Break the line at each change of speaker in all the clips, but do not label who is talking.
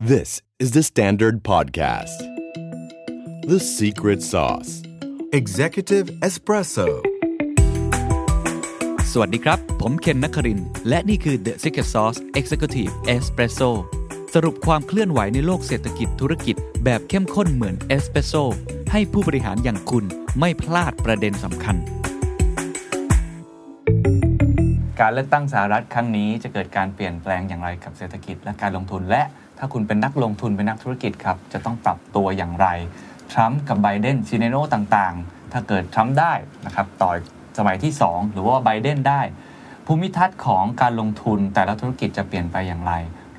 This is the Standard Podcast. The Secret Sauce Executive Espresso.
สวัสดีครับ ผมเคนนักครินทร์และนี่คือ The Secret Sauce Executive Espresso สรุปความเคลื่อนไหวในโลกเศรษฐกิจธุรกิจแบบเข้มข้นเหมือนเอสเปรสโซให้ผู้บริหารอย่างคุณไม่พลาดประเด็นสำคัญ การเลือกตั้งสหรัฐครั้งนี้จะเกิดการเปลี่ยนแปลงอย่างไรกับเศรษฐกิจและการลงทุน และถ้าคุณเป็นนักลงทุนเป็นนักธุรกิจครับ จะต้องปรับตัวอย่างไร ทรัมป์กับไบเดนซีเนโนต่างๆ ถ้าเกิดทรัมป์ได้นะครับต่อสมัยที่ 2 หรือว่าไบเดนได้ ภูมิทัศน์ของการลงทุนแต่ละธุรกิจจะเปลี่ยนไปอย่างไร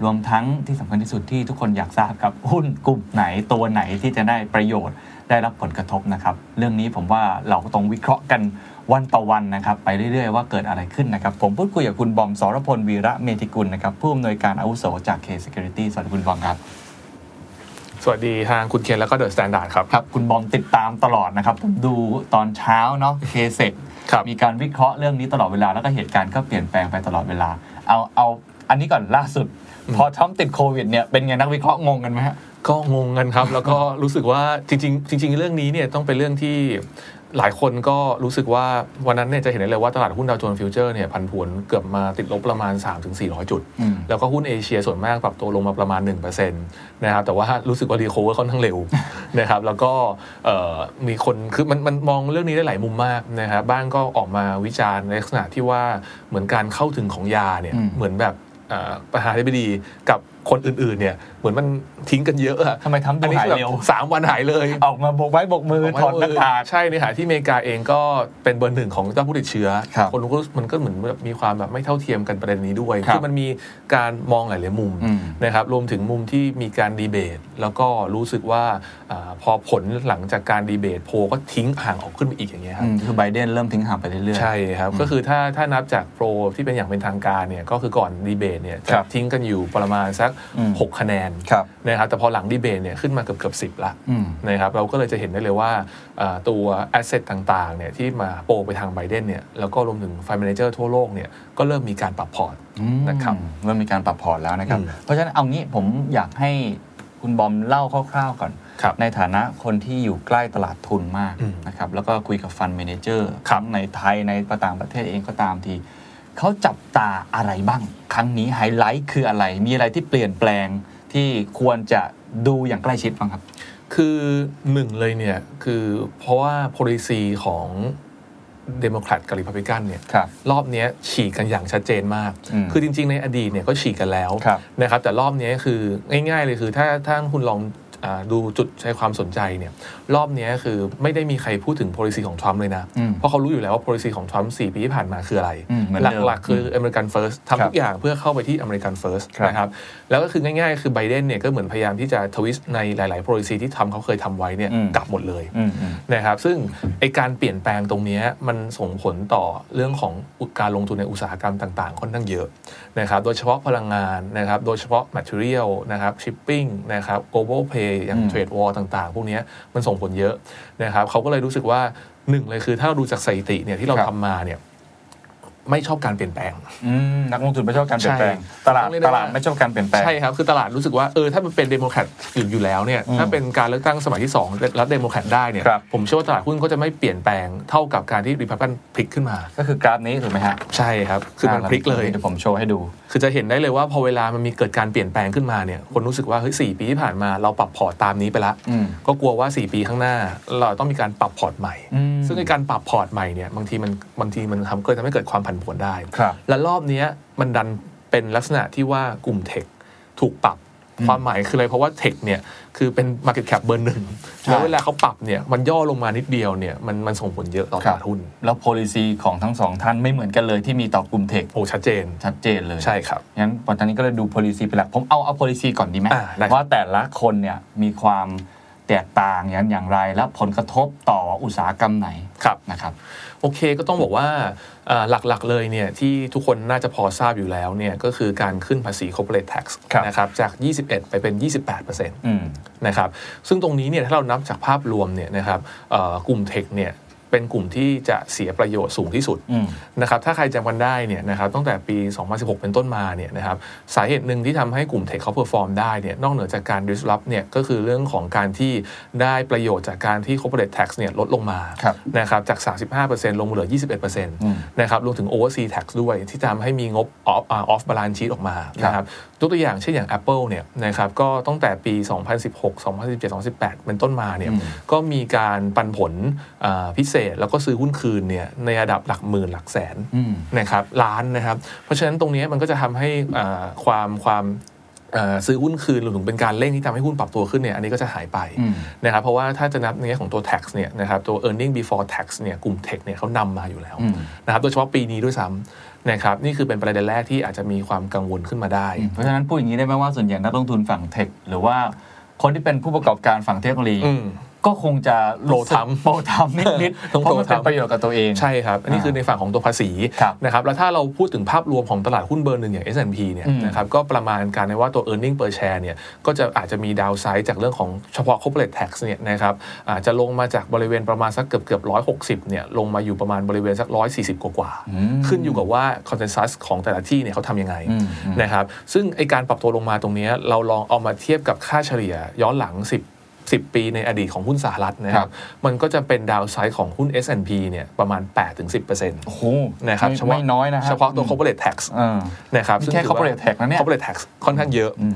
รวมทั้งที่สำคัญที่สุดที่ทุกคนอยากทราบครับ หุ้นกลุ่มไหนตัวไหนที่จะได้ประโยชน์ ได้รับผลกระทบนะครับ เรื่องนี้ผมว่าเราก็ต้องวิเคราะห์กันวันต่อวันนะครับ ไปเรื่อยๆ ว่าเกิดอะไรขึ้นนะครับ ผมพูดคุยกับคุณบอมสรพลวีระเมธิกุลนะครับผู้อำนวยการอาวุโสจาก K Security สวัสดีคุณบอมครับ
สวัสดีทางคุณเคนแล้วก็เดอะสแตนดาร์ดครับ
ครับ คุณบอมติดตามตลอดนะครับ ผมดูตอนเช้าเนาะเคเซ็
ครับ
มีการวิเคราะห์เรื่องนี้ตลอดเวลา แล้วก็เหตุการณ์ก็เปลี่ยนแปลงไปตลอดเวลา เอาเอาอันนี้ก่อนล่าสุด พอทรัมป์ติดโควิดเนี่ยเป็นไงนักวิเคราะห์งงกันไหมฮะ
ก็งงกันครับ แล้วก็รู้สึกว่าจริง ๆ จริง ๆ เรื่องนี้เนี่ยต้องเป็นเรื่องที่หลายคนก็รู้สึกว่าวันนั้นเนี่ยจะเห็นได้เลยว่าตลาดหุ้นดาวโจนส์ฟิวเจอร์เนี่ยผันผวนเกือบมาติดลบประมาณ 3-400 จุด
อืม
แล้วก็หุ้นเอเชียส่วนมากปรับตัวลงมาประมาณ 1%นะครับแต่ว่ารู้สึกว่ารีโคเวอร์ค่อนข้างเร็ว นะครับแล้วก็เอ่อมีคนคือมันมันมองเรื่องนี้ได้หลายมุมมากนะครับบ้างก็ออกมาวิจารณ์ในลักษณะที่ว่าเหมือนการเข้าถึงของยาเนี่ย
อืม
เหมือนแบบเอ่อประธานาธิบดีกับคนอื่นๆเนี่ยเหมือนมันทิ้งกันเยอะอะ
ทำไมทรัมป์
อัน
ดู
นี้
หาย
คือ
เร็
แบ
ว
บสามวันหายเลย
ออกมาโบกไม้โบกมือถอดหน้ากาก
ใช่ในขณะที่อเมริกาเองก็เป็นเบอร์หนึ่งของเจ้าผู้ติดเชื้อ
ครับ
คนรู้ก็มันก็เหมือนแบบมีความแบบไม่เท่าเทียมกันประเด็นนี้ด้วย
ครับ
มันมีการมองหลายๆมุม
อืม
นะครับรวมถึงมุมที่มีการดีเบต แล้วก็รู้สึกว่าอาพอผลหลังจากการดีเบตโพลก็ทิ้งห่างออกขึ้นไปอีกอย่างเงี้ยครั
ื
บ
มคือไบเดนเริ่มทิ้งห่างไปเรื่อย
ใช่ครับก็คือถ้าถ้านับจากโปรที่เป็นอย่างเป็นทางการเนี่ยก็คือก่อนดีเบตเนี่ยจะ
ครับ
ทิ้งกันอยู่ประมาณสัก
อืม
หกคะแนน
ๆครับ
นะครับแต่พอหลังดีเบตเนี่ยขึ้นมาเกือบเกือบสิบละ
อืม
นะครับเราก็เลยจะเห็นได้เลยว่าเอ่อตัว asset ต่างๆเนี่ยที่มาโปรไปทางไบเดนเนี่ยแล้วก็รวมถึง fund manager ทั่วโลกเนี่ยก็เริ่มมีการปรับพอร์ต
อืม
นะครับ
เริ่มมีการปรับพอร์ตแล้วนะครับ
อืม
เพราะฉะนั้นเอางี้ผมอยากให้คุณบอมเล่าคร่าวๆก่อน
ครับ
ในฐานะคนที่อยู่ใกล้ตลาดทุนมาก
อืม
นะครับแล้วก็คุยกับฟันเมนเจอร์
ครับ
ในไทยในต่างประเทศเองก็ตามทีเขาจับตาอะไรบ้าง ครั้งนี้ไฮไลท์คืออะไร มีอะไรที่เปลี่ยนแปลงที่ควรจะดูอย่างใกล้ชิดบ้างครับ
คือหนึ่งเลยเนี่ยคือเพราะว่า policy ของเดโมแครตกับริพับลิกันเนี่ย
ครับ
รอบเนี้ยฉีกกันอย่างชัดเจนมาก
อืม
คือจริงๆ ในอดีตเนี่ยก็ฉีกกันแล้ว
ครับ
นะครับแต่รอบเนี้ยคือง่ายๆเลยคือถ้าถ้าคุณลองอ่าดูจุดใช้ความสนใจเนี่ยรอบเนี้ยคือไม่ได้มีใครพูดถึง policy ของทรัมป์เลยนะ
อืม
เพราะเขารู้อยู่แล้วว่า policy ของทรัมป์4ปีที่ผ่านมาคืออะไร
อืมเหมือน
ห
เดิม
ลักๆ คือ American First ทำทุกอย่างเพื่อเข้าไปที่ American First
ครับ
นะครับ แล้วก็คือง่ายๆ คือไบเดนเนี่ยก็เหมือนพยายามที่จะทวิสต์ในหลาย ๆ policy ที่ทำเขาเคยทำไว้เนี่ย
อืม
กลับหมดเลย
อืมอืม
นะครับ ซึ่งไอการเปลี่ยนแปลงตรงเนี้ยมันส่งผลต่อเรื่องของการลงทุนในอุตสาหกรรมต่างๆ ค่อนข้างเยอะนะครับ โดยเฉพาะพลังงานนะครับ โดยเฉพาะ material นะครับ shipping นะครับ global play อย่า
อื
ง
ม
trade war ต่าง ๆ พวกเนี้ยมันส่งผลเยอะนะครับเขาก็เลยรู้สึกว่าหนึ่งเลยคือถ้าเราดูจากสถิติเนี่ยที่เรา
ครับ
ทำมาเนี่ยไม่ชอบการเปลี่ยนแปลง
อืมนักลงทุนไม่ชอบการเปลี่ยนแปลง
ใช่
ตลาด
ต้องเรียกได้
ต
ว่า
ลาดไม่ชอบการเปลี่ยนแปลง
ใช่ครับ คือตลาดรู้สึกว่า เออ ถ้ามันเป็นเดโมแครตอยู่อยู่แล้วเนี่ย
อืม
ถ้าเป็นการเลือกตั้งสมัยที่2รัฐเดโมแครตได้เนี่ย
ครับ
ผมเชื่อว่าตลาดหุ้นก็จะไม่เปลี่ยนแปลงเท่ากับการที่รีพับกันพลิกขึ้นมา
ก็คือกราฟนี้ถูกไหมฮะ
ใช่ครับ คือมันพลิกเลย
ดี๋วผมโชว์ให้ดู
คือจะเห็นได้เลยว่าพอเวลามันมีเกิดการเปลี่ยนแปลงขึ้นมาเนี่ย คนรู้สึกว่า เฮ้ยสปีที่ผ่านมาเราปรับพอร์ตตามนี้ไปละ
อืม
ก็กลัวว่า 4 ปีข้างหน้า เราต้องมีการปรับพอร์ตใหม่
อืม
ซึ่งในการปรับพอร์ตใหม่เนี่ยบางทีมันบางทีมันทำเกิดทำให้เกิดความผันผวนได้
ครับ
และรอบเนี้ยมันดันเป็นลักษณะที่ว่ากลุ่มเทคถูกปรับ ความหมายคืออะไร เพราะว่าเทคเนี่ยคือเป็น Market Cap เบอร์หนึ่ง
ใช่
แล้วเวลาเขาปรับเนี่ยมันย่อลงมานิดเดียวเนี่ยมันมันส่งผลเยอะต่อตลาดหุ้น
แล้ว policy ของทั้งสองท่านไม่เหมือนกันเลยที่มีต่อกลุ่มเทค
โอ้ชัดเจน
ชัดเจนเลย
ใช่ครับ
งั้นตอนนี้ก็เลยดู policy เป็นหลัก ผมเอาเอา policy ก่อนดีไหม
อ่าได้ครับ
ว่าแต่ละคนเนี่ยมีความแตกต่างอย่างอย่างไร และผลกระทบต่ออุตสาหกรรมไหน
ครับ
นะครับ
โอเคก็ต้องบอกว่าเอ่อหลักๆเลยเนี่ยที่ทุกคนน่าจะพอทราบอยู่แล้วเนี่ยก็คือการขึ้นภาษี corporate tax
ครับ
นะครับจาก 21 ไปเป็น 28%
อืม
นะครับซึ่งตรงนี้เนี่ยถ้าเรานับจากภาพรวมเนี่ยนะครับเอ่อกลุ่มเทคเนี่ย เป็นกลุ่มที่จะเสียประโยชน์สูงที่สุด
อืม
นะครับถ้าใครจำกันได้เนี่ยนะครับตั้งแต่ปี 2016 เป็นต้นมาเนี่ยนะครับสาเหตุหนึ่งที่ทำให้กลุ่มเทคเขาเพอร์ฟอร์มได้เนี่ยนอกเหนือจากการ disrupt เนี่ยก็คือเรื่องของการที่ได้ประโยชน์จากการที่ corporate tax เนี่ยลดลงมา
ครับ
นะครับจาก 35%ลงมาเหลือ 21%น
อืม
ะครับรวมถึง overseas tax ด้วยที่ทำให้มีงบ off อ่า off balance sheet ออกมานะค
ครั
รับบ ยกตัวอย่างเช่นอย่าง Apple เนี่ยนะครับก็ตั้งแต่ปี 2016 2017 2018 เป็นต้นมาเนี่ย ก็มีการปันผลอ่าพิเศษแล้วก็ซื้อหุ้นคืนเนี่ยในระดับหลักหมื่นหลักแสน
อืม
นะครับล้านนะครับ เพราะฉะนั้นตรงเนี้ยมันก็จะทำให้อ่าความความเอ่อซื้อหุ้นคืนหรือถึงเป็นการเร่งที่ทำให้หุ้นปรับตัวขึ้นเนี่ยอันนี้ก็จะหายไป
อืม
นะครับเพราะว่าถ้าจะนับในแง่ของตัว tax เนี่ยนะครับตัว earning before tax เนี่ยกลุ่ม tech เนี่ยเขานำมาอยู่แล้ว
อืม
นะครับโดยเฉพาะปีนี้ด้วยซ้ำนะครับนี่คือเป็นประเด็นแรกที่อาจจะมีความกังวลขึ้นมาได้
เพราะฉะนั้นพูดอย่างนี้ได้ไหมว่าส่วนใหญ่นักลงทุนฝั่งเทค หรือว่าคนที่เป็นผู้ประกอบการฝั่งเทคโนโลยี
อืม
ก็คงจะรู้สึก
โปรทำ
โปรทำนิดๆ
ต้อง
เพราะมัน
โปร
เป็
ทำ
นประโยชน์กับตัวเอง
ใช่ครับ อันนี้
อ่า
คือในฝั่งของตัวภาษี
ครับ
นะครับ แล้วถ้าเราพูดถึงภาพรวมของตลาดหุ้นเบอร์หนึ่งอย่าง S&P เนี่ย
อืม
นะครับ ก็ประมาณการในว่าตัว e a r n i n g per share เนี่ย ก็จะอาจจะมีดาวไซด์จากเรื่องของเฉพาะ corporate tax เนี่ยนะครับอาจจะลงมาจากบริเวณประมาณสักเกือบเกือบร้อยหกสิบเนี่ย ลงมาอยู่ประมาณบริเวณสักร้อยสี่สิบกว่าๆ
อืม
ขึ้นอยู่กับว่า consensus ของแต่ละที่เนี่ยเขาทำยังไง
อืมอืม
นะครับซึ่งไอการปรับตัวลงมาตรงเนี้ยเราลองเอามาเทียบกับค่าเฉลี่ยย้อนหลัง 10 10 ปีในอดีตของหุ้นสหรัฐนะค
ครั
รับ
บ
มันก็จะเป็นดาวไซด์ของหุ้น S&P เนี่ยประมาณ 8-10%น
โอ้โห
ะครับ
ไม่
เฉพา
ไม่น้อยนะฮะ
เฉพาะตัว corporate tax
เออ
นะครับ
นี่แค่ corporate tax นะเนี่ย
ย corporate tax ค่อนข้างเยอะ
อืม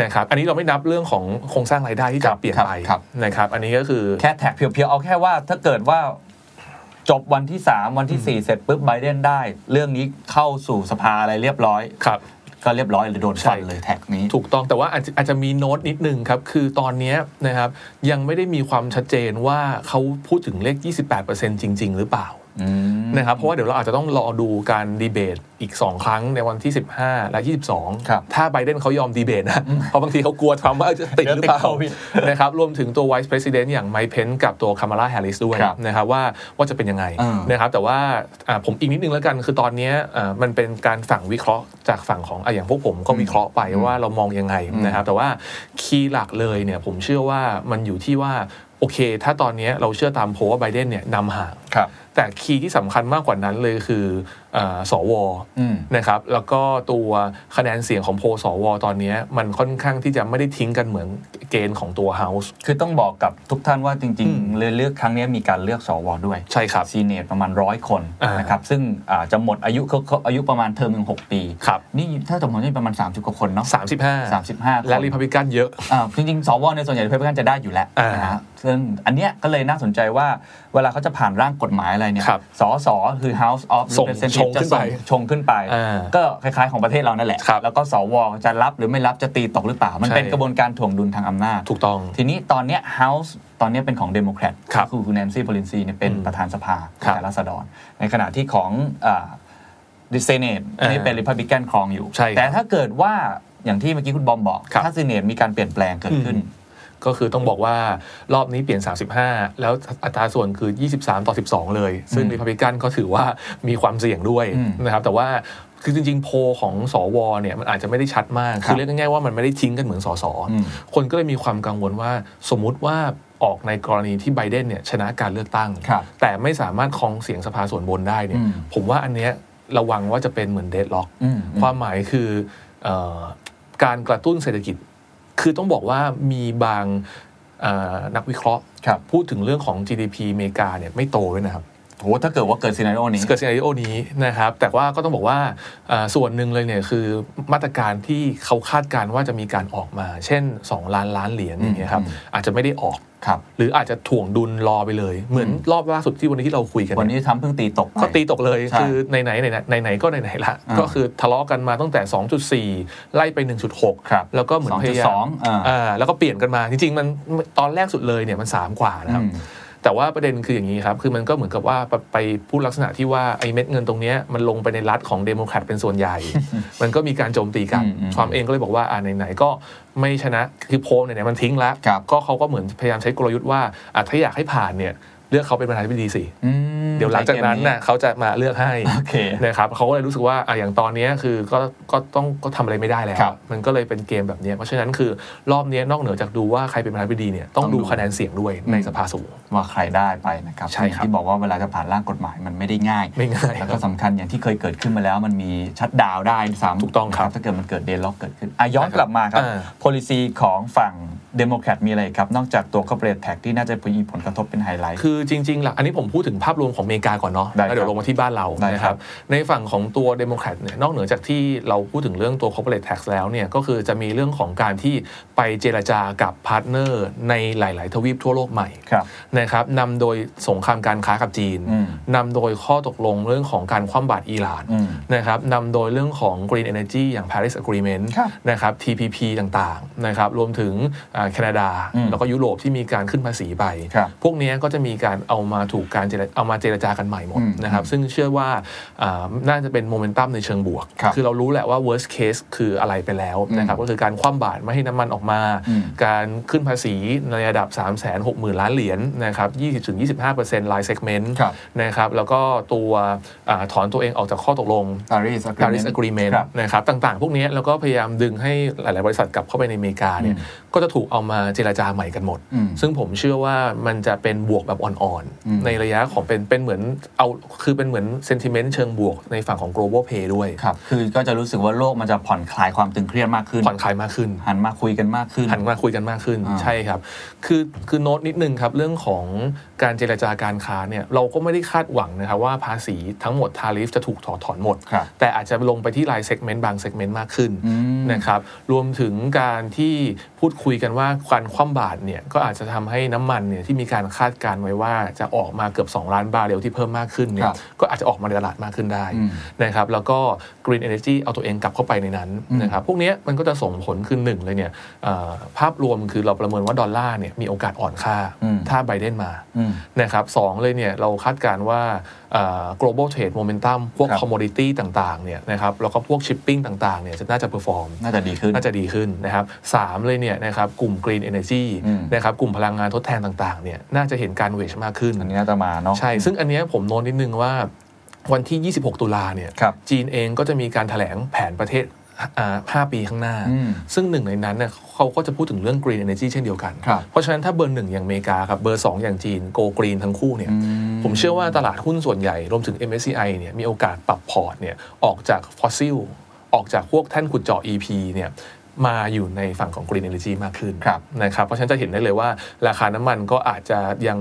นะครับอันนี้เราไม่นับเรื่องของโครงสร้างรายได้ที่
ครั
จะ
บ
เปลี่ยนไป
ครับ
นะครับอันนี้ก็คือ
แค่แท็กเพียวๆ เอาแค่ว่าถ้าเกิดว่าจบวันที่ 3 วันที่ 4 เสร็จปุ๊บไบเดนได้ เรื่องนี้เข้าสู่สภาอะไรเรียบร้อย
ครับ
ก็เรียบร้อยเลยโดนฟัน
ใช่
เลยแท็กนี้
ถูกต้องแต่ว่าอาจจะอาจจะมีโน้ตนิดนึงครับ คือตอนเนี้ยนะครับยังไม่ได้มีความชัดเจนว่าเขาพูดถึงเลข 28%จริง ๆ หรือเปล่า
อืม
นะครับเพราะว่าเดี๋ยวเราอาจจะต้องรอดูการดีเบตอีก 2 ครั้งในวันที่ 15 และ 22
ครับ
ถ้าไบเดนเขายอมดีเบตนะ เพราะบางทีเขากลัวทรัมป์ว่าจะติดหรือเปล่า
เดี๋ยวติดโควิด
นะครับรวมถึงตัว Vice President อย่างไมค์เพนกับตัวคามาลาแฮร์ริสด้วย
ครับ
นะครับว่าว่าจะเป็นยังไง
อ่าน
นะครับแต่ว่าอ่าผมอีกนิดนึงแล้วกัน คือตอนเนี้ยอ่ามันเป็นการฝั่งวิเคราะห์จากฝั่งของอ่ะอย่างพวกผมก็วิเคราะห์ไปว่าเรามองยังไงนะครับแต่ว่าคีย์หลักเลยเนี่ยผมเชื่อว่ามันอยู่ที่ว่าโอเค ถ้าตอนเนี้ยเราเชื่อตามโพลว่าไบเดนเนี่ยนำห่าง
ครับ
แต่คีย์ที่สำคัญมากกว่านั้นเลยคือเออสว
อืม
นะครับ แล้วก็ตัวคะแนนเสียงของโพลสวตอนเนี้ยมันค่อนข้างที่จะไม่ได้ทิ้งกันเหมือนเกณฑ์ของตัว House
คือต้องบอกกับทุกท่านว่าจริง
อืม
ๆเลยเลือกครั้งนี้มีการเลือกสวด้วย
ใช่ครับ
ซีเนตประมาณร้อยคน
อ่าน
นะครับ ซึ่งอ่าจะหมดอายุเขาเขาอายุประมาณเทอมหนึ่งหกปี
ครับ
นี่ถ้าสมมตินี่ประมาณ 30 กว่าคนเนาะ
35
35
และรีพับลิกันเยอะ
อ่าจริงๆสวในยส่วนใหญ่เพื่อนจะได้อยู่แล้ว
อ่า
นะฮะซึ่งอันเนี้ยก็เลยน่าสนใจว่าเวลาเขาจะผ่านร่างกฎหมายอะไรเนี่ย
ครับ
สสคือ House of
ส่ง
Representatives
ชงขึ้
จะ
น
ส่
ไป
งชงขึ้นไป
อ่า
ก็คล้ายๆของประเทศเรานั่นแหละ
ครับ
แล้วก็สวจะรับหรือไม่รับจะตีตกหรือเปล่า มัน
ใช่
เป็นกระบวนการถ่วงดุลทางอำนาจ
ถูกต้อง
ทีนี้ตอนเนี้ย House ตอนเนี้ยเป็นของเดโมแครต
ครับ
คือคุณแนนซี่พอลินซีเนี่ยเป็น
อืม
ประธานสภา
ครับ
แต่ราษฎร ในขณะที่ของดิเซเนต
อ่า
นี่เป็นริพับลิกันครองอยู่
ใช่ครับ
แต่ถ้าเกิดว่าอย่างที่เมื่อกี้คุณบอมบอก
ครับ
ถ้าซีเนตมีการเปลี่ยนแปลงเกิดขึ้น
อืม ก็คือต้องบอกว่ารอบนี้เปลี่ยน 35 แล้วอัตราส่วนคือ 23 ต่อ 12 เลย ซึ่ง
อืม
รีพับลิกันก็ถือว่ามีความเสี่ยงด้วย
อืม
นะครับแต่ว่าคือจริงๆ โพลของสวเนี่ยมันอาจจะไม่ได้ชัดมาก
ครับ
คือเรียกง่ายๆว่ามันไม่ได้ทิ้งกันเหมือนสส
อืม
คนก็เลยมีความกังวลว่าสมมุติว่าออกในกรณีที่ไบเดนเนี่ยชนะการเลือกตั้ง
ครับ
แต่ไม่สามารถครองเสียงสภาส่วนบนได้เนี่ย
อืม
ผมว่าอันเนี้ยระวังว่าจะเป็นเหมือนเดดล็อก
อืม
ความหมายคือเออการกระตุ้นเศรษฐกิจ คือต้องบอกว่ามีบางเอ่อนักวิเคราะห์
ครับ
พูดถึงเรื่องของ GDP อเมริกาเนี่ยไม่โตด้วยนะครับ
โหถ้าเกิดว่าเกิดซีน n ร r โอนี้
เกิดซีนาริโอนี้นะครับ แต่ว่าก็ต้องบอกว่าเอ่อส่วนหนึ่งเลยเนี่ยคือมาตรการที่เขาคาดการณ์ว่าจะมีการออกมา เช่น 2 ล้านล้านเหรียญอย่างเงี้ยครับ
อืม
อาจจะไม่ได้ออก
ครับ
หรืออาจจะถ่วงดุลรอไปเลย เหมือน
อืม
รอบล่าสุดที่วันนี้ที่เราคุยกัน
วัน
เนี่ย
นี้ทำเพิ่งตีตกไป
ก็ตีตกเลย
ใช่
คือไหนไหนไหนไหนไหนก็ไหนไหนละ
อ่า
ก็คือทะเลาะกันมาตั้งแต่ 2.4 ไล่ไป 1.6
ครับ
แล้วก็เหมือนพยายาม
2.2อ่า
อ่าแล้วก็เปลี่ยนกันมาจริงๆ มันตอนแรกสุดเลยเนี่ยมัน 3 กว่านะครับ
อืม
แต่ว่าประเด็นคืออย่างนี้ครับ คือมันก็เหมือนกับว่าไปไปพูดลักษณะที่ว่าไอ้เม็ดเงินตรงเนี้ยมันลงไปในรัฐของเดโมแครตเป็นส่วน ใหญ่ มันก็มีการโจมตีกัน
อืมอืม
ความเองก็เลยบอกว่าอ่าไหนๆก็ไม่ชนะคือโพลเนี่ยมันทิ้งละ
ครับ
ก็เขาก็เหมือนพยายามใช้กลยุทธ์ว่าอ่ะถ้าอยากให้ผ่านเนี่ย เลือกเขาเป็นประธานาธิบดีสิ
อืม
เดี๋ยวหลังจากนั้นน่ะเขาจะมาเลือกให้
โอเค
นะครับเขาก็เลยรู้สึกว่าอ่ะอย่างตอนเนี้ยคือก็ก็ต้องก็ทำอะไรไม่ได้แล้ว
ครับ
มันก็เลยเป็นเกมแบบเนี้ยเพราะฉะนั้นคือรอบเนี้ยนอกเหนือจากดูว่าใครเป็นประธานาธิบดีเนี่ยต้องดูคะแนนเสียงด้วยในสภาสูง
ว่าใครได้ไปนะครับ
ใช่ค
อย่า
รับ
งที่บอกว่าเวลาจะผ่านร่างกฎหมายมันไม่ได้ง่าย
ไม่ง่าย
แล้วก็สำคัญอย่างที่เคยเกิดขึ้นมาแล้วมันมีชัดดาวน์ได้สาม
ถูกต้องครับ
ถ้าเกิดมันเกิดเดนล็อกเกิดขึ้นอ่ะย้อนกลับมาครับ
อ่า
policy ของฝั่งเดโมแครตมีอะไรครับ นอกจากตัว corporate tax ที่น่าจะมีผลกระทบเป็นไฮไลท์
คือจริงๆหลักอันนี้ผมพูดถึงภาพรวมของอเมริกาก่อนเนาะ
ได้
แล้วเดี๋ย
ครับ
วลงมาที่บ้านเรา
ได้ครับ
นะครับในฝั่งของตัวเดโมแครตเนี่ยนอกเหนือจากที่เราพูดถึงเรื่องตัว corporate tax แล้วเนี่ยก็คือจะมีเรื่องของการที่ไปเจรจากับพาร์ทเนอร์ในหลาย ๆ ทวีปทั่วโลกใหม่
ครับ
นะครับนำโดยสงครามการค้ากับจีน
อืม
นำโดยข้อตกลงเรื่องของการคว่ำบาตรอิหร่าน
ม
นะครับนำโดยเรื่องของ Green Energy อย่าง Paris Agreement
ครับ
นะครับ TPP ต่างๆนะครับรวมถึงอ่าแคนาดา
อืม
แล้วก็ยุโรปที่มีการขึ้นภาษีไป
ครับ
พวกเนี้ยก็จะมีการเอามาถูกการเจรเอามาเจรจากันใหม่หมด
อืม
นะครับซึ่งเชื่อว่าอ่าน่าจะเป็นโมเมนตัมในเชิงบวก
ครับ
อเรารู้แหละว่า worst case คืออะไรไปแล้วนะครับก็คือการคว่ำบาตรไม่ให้น้ำมันออกมา
อืม
การขึ้นภาษีในระดับ 3 6 0 0 0 0 ล้านเหรียญนะครับ20-25%ราย segment
ครับ
นะครับแล้วก็ตัวอาถอนตัวเองออกจากข้อตกลง
Paris
Paris Agreement
ครับ
นะครับต่างๆ พวกนี้แล้วก็พยายามดึงให้หลาย ๆ บริษัทกลับเข้าไปในอเมริกาเนี่ยก็จะถูกเอามาเจรจาใหม่กันหมด
อืม
ซึ่งผมเชื่อว่ามันจะเป็นบวกแบบอ่อน
อืม
ๆ ในระยะของเป็นเป็นเหมือนเอาคือเป็นเหมือน sentiment เชิงบวกในฝั่งของ global pay ด้วย
ครับ คือก็จะรู้สึกว่าโลกมันจะผ่อนคลายความตึงเครียดมากขึ้น
ผ่อนคลายมากขึ้น
หันมาคุยกันมากขึ้น
หันมาคุยกันมากขึ้น
อ่า
ใช่ครับ คือคือโน้ตนิดนึงครับ เรื่องของการเจรจาการค้าเนี่ยเราก็ไม่ได้คาดหวังนะครับว่าภาษีทั้งหมดทาริฟจะถูกถอดถอนหมด
ครับ
แต่อาจจะลงไปที่รายเซกเมนต์บางเซกเมนต์มากขึ้น
อืม
นะครับรวมถึงการที่พูดคุยกันว่าการคว่ำบาตรเนี่ยก็อาจจะทำให้น้ำมันเนี่ยที่มีการคาดการณ์ไว้ว่าจะออกมาเกือบ 2 ล้านบาร์เรลที่เพิ่มมากขึ้นเนี่
ครั
ย
บ
ก็อาจจะออกมาในตลาดมากขึ้นได้
อืม
นะครับแล้วก็ Green Energy เอาตัวเองกลับเข้าไปในนั้นนะครับพวกเนี้ยมันก็จะส่งผลคือหนึ่งเลยเนี่ย เอ่อภาพรวมคือเราประเมินว่าดอลลาร์เนี่ยมีโอกาสอ่อนค่า
อืม
ถ้าไบเดนมา
อืม
นะครับสองเลยเนี่ยเราคาดการณ์ว่าเอ่อ global trade momentum พวก
ครับ
commodity ต่างๆเนี่ยนะครับแล้วก็พวก shipping ต่างๆเนี่ยจะน่าจะ perform
น่าจะดีขึ้น
น่าจะดีขึ้นนะครับสามเลยเนี่ยนะครับกลุ่ม green energy
อืม
นะครับกลุ่มพลังงานทดแทนต่างๆเนี่ยน่าจะเห็นการ wage มากขึ้น
อันนี้น่าจะมาเนาะ
ใช่ ซึ่งอันเนี้ยผมโน้นนิดนึงว่าวันที่ 26 ตุลาเนี่ย
ครับ
จีนเองก็จะมีการถแถลงแผนประเทศอ่า5ปีข้างหน้า
อืม
ซึ่งหนึ่งในนั้นเน่ยเขาก็จะพูดถึงเรื่อง Green Energy เช่นเดียวกัน
ครับ
เพราะฉะนั้นถ้าเบอร์หนึ่งอย่างอเมริกาครับเบอร์ 2 อย่างจีนโกกรีนทั้งคู่เนี่ย
อื
ผมเชื่อว่าตลาดหุ้นส่วนใหญ่ รวมถึง MSCI เนี่ยมีโอกาสปรับพอร์ตเนี่ยออกจากฟอสซิล ออกจากพวกแท่นขุดเจาะ EP เนี่ยมาอยู่ในฝั่งของ Green Energy มากขึ้น
ครับ
นะครับเพราะฉะนั้นจะเห็นได้เลยว่าราคาน้ำมันก็อาจจะยัง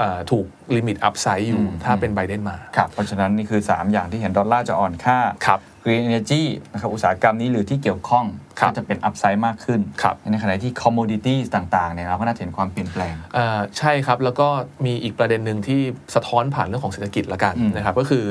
อ่าถูกลิมิตอัพไซด์อยู่
อืม
ถ้าเป็นไบเดนมา
ครับ เพราะฉะนั้นนี่คือ 3 อย่างที่เห็นดอลลาร์จะอ่อนค่า
ครับ
Green Energy นะครับอุตสาหกรรมนี้หรือที่เกี่ยวข้อง
ครับ
ก็จะเป็นอัพไซด์มากขึ้น
ครับ
ในขณะที่ commodities ต่างๆเนี่ยเราก็น่าจะเห็นความเปลี่ยนแปลง
อ่าใช่ครับ แล้วก็มีอีกประเด็นหนึ่งที่สะท้อนผ่านเรื่องของเศรษฐกิจละกัน
อืม
นะครับก็คือ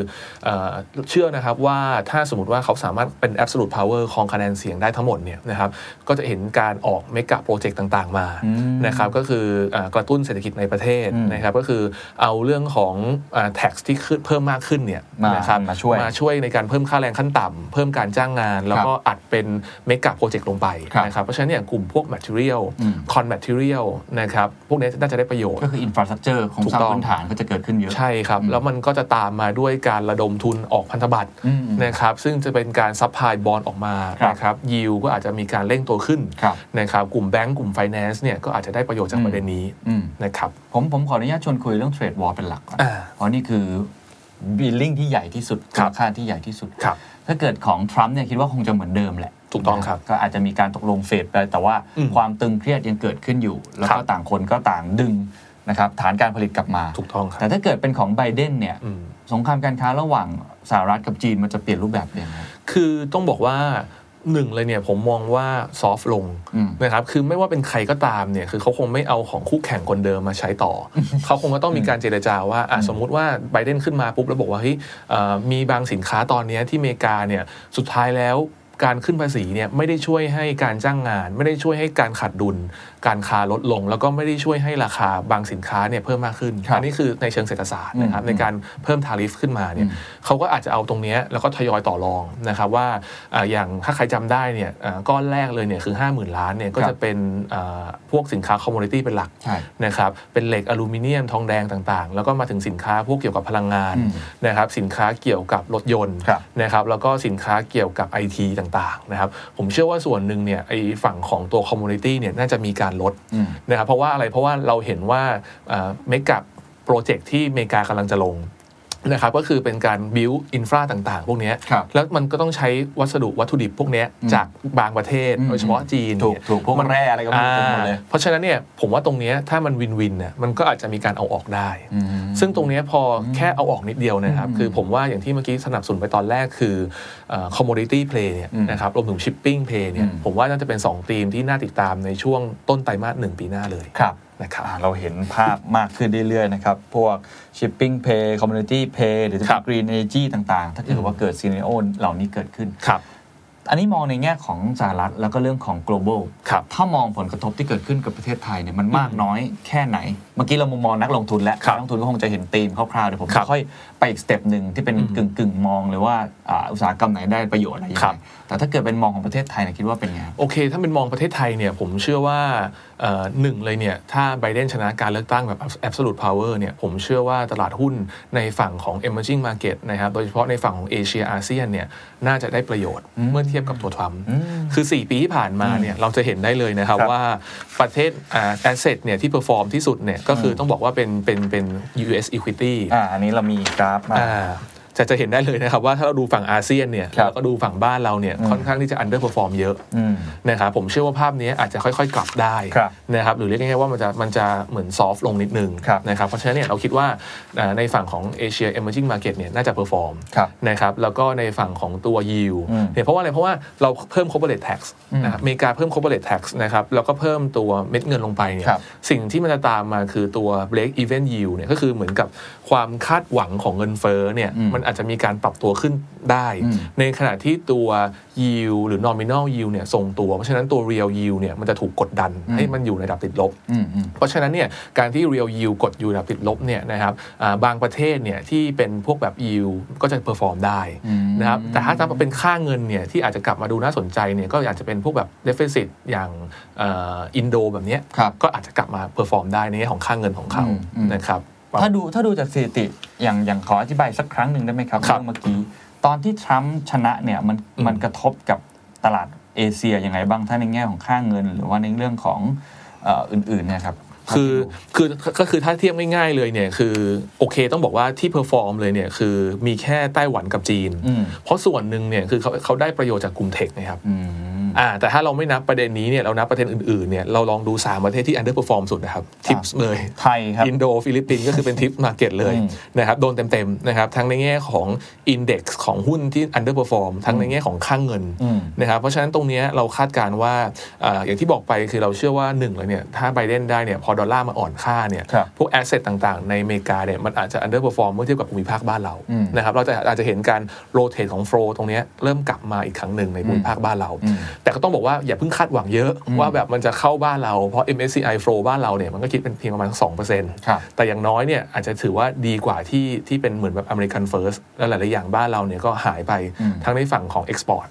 เอ่อเชื่อนะครับว่าถ้าสมมติว่าเขาสามารถเป็น absolute power ของคะแนนเสียงได้ทั้งหมดเนี่ยนะครับก็จะเห็นการออกเมกะโปรเจกต์ต่างๆมา
อืม
นะครับก็คือเอ่อกระตุ้นเศรษฐกิจในประเทศ
อืม
นะครับก็คือเอาเรื่องของอ่า tax ที่ขึ้นเพิ่มมากขึ้นเนี่ย
มา
นะครับ
มาช่วย
มาช่วยในการเพิ่มค่าแรงขั้นต่ำเพิ่มการจ้างงาน แล้วก็อัดเป็นเมกะโปรเจกต์ลงไป
ครับ
นะครับเพราะฉะนั้นเนี่ยกลุ่มพวก material
อืม
คอนแมทเทียลนะครับ พวกนี้น่าจะได้ประโยชน์
ก็คือ infrastructure ของ
ถูก
สร้าง
ต้อง
พื้นฐานก็จะเกิดขึ้นเยอะ
ใช่ครับ แล้วมันก็จะตามมาด้วยการระดมทุนออกพันธบัตร
อืม
นะครับ ซึ่งจะเป็นการซัพพลายบอลออกมา
ครับ
นะครับยิวก็อาจจะมีการเร่งตัวขึ้น
ครับ
นะครับกลุ่มแบงก์กลุ่มไฟแนนซ์เนี่ยก็อาจจะได้ประโยชน์จาก
อืม
ประเด็นนี้
อืม
นะครับ
ผมผมขออนุญาตชวนคุยเรื่อง trade war เป็นหลักก่อน
อ่า
เพราะนี่คือ billing ที่ใหญ่ที่สุด
ครับ
มูลค่าที่ใหญ่ที่สุด
ครับ
ถ้าเกิดของทรัมป์เนี่ยคิดว่าคงจะเหมือนเดิมแหละ
ถูกต้องครับ
ก็อาจจะมีการตกลงเฟดไปแต่ว่า
อืม
ความตึงเครียดยังเกิดขึ้นอยู่ แล้ว
ครั
ก็
บ
ต่างคนก็ต่างดึงนะครับฐานการผลิตกลับมา
ถูกต้องครั
แต่
บ
ถ้าเกิดเป็นของไบเดนเนี่ย
อืม
สงครามการค้าระหว่างสหรัฐกับจีนมันจะเปลี่ยนรูปแบบยังไง
คือต้องบอกว่าหนึ่งเลยเนี่ยผมมองว่าซอฟลง
อืม
นะครับคือไม่ว่าเป็นใครก็ตามเนี่ยคือเขาคงไม่เอาของคู่แข่งคนเดิมมาใช้ต่อ เขาคงจะต้องมีการเจรจาว่าอ่ะสมมุติว่าไบเดนขึ้นมาปุ๊บแล้วบอกว่าเฮ้ยเอ่อมีบางสินค้าตอนเนี้ยที่อเมริกาเนี่ยสุดท้ายแล้ว การขึ้นภาษีเนี่ยไม่ได้ช่วยให้การจ้างงาน ไม่ได้ช่วยให้การขาดดุล การค้าลดลง แล้วก็ไม่ได้ช่วยให้ราคาบางสินค้าเนี่ยเพิ่มมากขึ้น
ครับ
อันี้คือในเชิงเศรษฐศาสตร์นะครับ
อืม
ในการเพิ่มทาริฟขึ้นมาเนี่ย
อืม
เขาก็อาจจะเอาตรงเนี้ยแล้วก็ทยอยต่อรองนะครับว่าอ่าอย่างถ้าใครจำได้เนี่ยอ่าก้อนแรกเลยเนี่ยคือ 50,000 ล้านเนี่ยก็จะเป็นอ่าพวกสินค้าคอมมูนิตี้เป็นหลัก
ใช่
นะครับ เป็นเหล็กอลูมิเนียมทองแดงต่างๆ แล้วก็มาถึงสินค้าพวกเกี่ยวกับพลังงาน
อืม
นะครับ สินค้าเกี่ยวกับรถยนต์
ครับ
นะครับ แล้วก็สินค้าเกี่ยวกับไอทีต่างๆนะครับ ผมเชื่อว่าส่วนหนึ่งเนี่ยไอฝั่งของตัวคอมมูนิตี้เนี่ยน่าจะมีการลด
อืม
นะครับ เพราะว่าอะไร เพราะว่าเราเห็นว่าเมกับโปรเจกต์ที่อเมริกากำลังจะลงนะครับ ก็คือเป็นการ build infra ต่างๆ พวกเนี้ย
ครับ
แล้วมันก็ต้องใช้วัสดุวัตถุดิบพวกเนี้ย
อืม
จากบางประเทศ
อืม
โดยเฉพาะจีน
ถูก
เนี่ย
ถูกพวกแร่อะไรก็ไม่รู้เต็มหมดเลย
อ่าเพราะฉะนั้นเนี่ยผมว่าตรงเนี้ยถ้ามันวินวินเนี่ยมันก็อาจจะมีการเอาออกได้
อืม
ซึ่งตรงเนี้ยพออแค่เอาออกนิดเดียวนะครับ
อืม
คือผมว่าอย่างที่เมื่อกี้สนับสนุนไปตอนแรกคือคอมมูนิตี้เพลย์เนี่ย
อืม
นะครับรวมถึงชิปปิ้งเพลย์เนี่ย
อืม
ผมว่าน่าจะเป็น 2 ธีมที่น่าติดตามในช่วงต้นไตรมาสหนึ่งปีหน้าเลย
ครับ
นะครับ
อ่าเราเห็นภาพมากขึ้นเรื่อยๆนะครับ พวก shipping pay community pay หรือจะ
ค
เป็
รั
น
บ
green energy ต่างๆ ถ้าเกิดว่าเกิดซีเนโอเหล่านี้เกิดขึ้น
ครับ
อันนี้มองในแง่ของสหรัฐแล้วก็เรื่องของ global
ครับ
ถ้ามองผลกระทบที่เกิดขึ้นกับประเทศไทยเนี่ยมันมากน้อยแค่ไหน เมื่อกี้เรามุมมองนักลงทุนแล้ว
ครับ
นักลงทุนก็คงจะเห็นธีมคร่าวๆเดี๋ยวผม
ครับ
ค่อยไปอีกสเต็ปหนึ่งที่เป็น
อืม
กึ่งกึ่งๆมองเลยว่าอ่าอุตสาหกรรมไหนได้ประโยชน์อะไรยัง
ครั
ไง
บ
แต่ถ้าเกิดเป็นมองของประเทศไทยเนี่ยคิดว่าเป็นไง
โอเค ถ้าเป็นมองประเทศไทยเนี่ยผมเชื่อว่าเอ่อหนึ่งเลยเนี่ยถ้าไบเดนชนะการเลือกตั้งแบบ absolute power เนี่ยผมเชื่อว่าตลาดหุ้นในฝั่งของ emerging market นะครับโดยเฉพาะในฝั่งของเอเชียอาเซียนเนี่ยน่าจะได้ประโยชน์เมื่อเทียบกับตัวทรัมป์
อืม
คือ 4 ปีที่ผ่านมาเนี่ยเราจะเห็นได้เลยนะครับ
ครับ
ว่าประเทศอ่า asset เนี่ยที่ perform ที่สุดเนี่ยก็คือต้องบอกว่าเป็นเป็นเป็น US equity
่าอันนี้เรามีกราฟมา
อ่าจะจะเห็นได้เลยนะครับว่าถ้าเราดูฝั่งอาเซียนเนี่ย
ครับ
แล้วก็ดูฝั่งบ้านเราเนี่ยค่อนข้างที่จะ underperform เยอะ
อืม
นะครับผมเชื่อว่าภาพนี้อาจจะค่อยๆ กลับได้
ครับ
นะครับหรือเรียกง่ายๆว่ามันจะมันจะเหมือนซอฟลงนิดนึง
ครับ
นะครับเพราะฉะนั้นเนี่ยเราคิดว่าเอ่อในฝั่งของเอเชีย emerging market เนี่ยน่าจะเพอร์ฟอร์ม
ครับ
นะครับแล้วก็ในฝั่งของตัวยิว
อืม
เนี่ยเพราะว่าอะไรเพราะว่าเราเพิ่ม corporate tax
อืม
นะอเมริกาเพิ่ม corporate tax นะครับแล้วก็เพิ่มตัวเม็ดเงินลงไปเนี่ย
ครับ
สิ่งที่มันจะตามมาคือตัว break even yield เนี่ยก็คือเหมือนกับความคาดหวังของเงินเฟ้อเนี่ย
อืม
มันอาจจะมีการปรับตัวขึ้นได้
อืม
ในขณะที่ตัว yield หรือ nominal yield เนี่ยทรงตัว เพราะฉะนั้นตัว real yield เนี่ยมันจะถูกกดดัน
อืม
ให้มันอยู่ในระดับติดลบ
อืมอืม
เพราะฉะนั้นเนี่ยการที่ real yield กดอยู่ในระดับติดลบเนี่ยนะครับอ่าบางประเทศเนี่ยที่เป็นพวกแบบ yield ก็จะ perform ได้
อืม
นะครับแต่ถ้าจะเป็นค่าเงินเนี่ยที่อาจจะกลับมาดูน่าสนใจเนี่ยก็อาจจะเป็นพวกแบบ deficit อย่างเอินโดแบบเนี้ย
ครับ
ก็อาจจะกลับมา perform ได้ในแง่ของค่าเงินของเขา
อืมอืม
นะครับ
ถ้าดูถ้าดูจากสถิติอย่างอย่างขออธิบายสักครั้งหนึ่งได้ไหมครับ
ครับ
เรื่องเมื่อกี้ ตอนที่ทรัมป์ชนะเนี่ยมัน
อืม
มันกระทบกับตลาดเอเชียยังไงบ้างถ้าในแง่ของค่าเงิน หรือว่าในเรื่องของเอ่ออื่นๆเนะครับ
คือคือก็คือถ้าเทียบง่ายๆเลยเนี่ยคือโอเคต้องบอกว่าที่เพอร์ฟอร์มเลยเนี่ยคือมีแค่ไต้หวันกับจีน
อืม
เพราะส่วนหนึ่งเนี่ยคือเขาเขาได้ประโยชน์จากกลุ่มเทคนะครับ
อืม
อ่าแต่ถ้าเราไม่นับประเด็นนี้เนี่ยเรานับประเด็นอื่นๆเนี่ยเราลองดู 3 ประเทศที่ underperform สุดนะครับ
ครับ
ทิปเลย
ไทยครับ
อินโดฟิลิปปินส์ก็คือเป็นทิปมาเก็ตเลย
อืม
นะครับโดนเต็มๆนะครับทั้งในแง่ของอินเด็กซ์ของหุ้นที่อันเดอร์เพอร์ฟอร์มทั้งในแง่ของค่างเงิน
อืม
นะครับเพราะฉะนั้นตรงเนี้ยเราคาดการณ์ว่าเอ่ออย่างที่บอกไปคือเราเชื่อว่าหนึ่งเลยเนี่ยถ้าไบเดนได้เนี่ยพอดอลลาร์มาอ่อนค่าเนี่ย
ครับ
พวกแอสเซทต่างๆ ในอเมริกาเนี่ยมันอาจจะอันเดอร์เพอร์ฟอร์มเมื่อเทียบกับภูมิภาคบ้านเรา
อืม
นะครับเราจะอาจจะเห็นการโรเตทของโฟลตรงเนี้ยเริ่มกลับมาอีกครั้งหนึ่งในภูมิภาคบ้านเรา
อืม
แต่ก็ต้องบอกว่าอย่าเพิ่งคาดหวังเยอะว่าแบบมันจะเข้าบ้านเราเพราะ MSCI flow บ้านเราเนี่ยมันก็คิดเป็นเพียงประมาณ2%
ครับ
แต่อย่างน้อยเนี่ยอาจจะถือว่าดีกว่าที่ที่เป็นเหมือนแบบอเมริกันเฟิร์สและหลาย ๆ อย่างบ้านเราเนี่ยก็หายไป
อืม
ทั้งในฝั่งของเอ็กซ์พอร์ต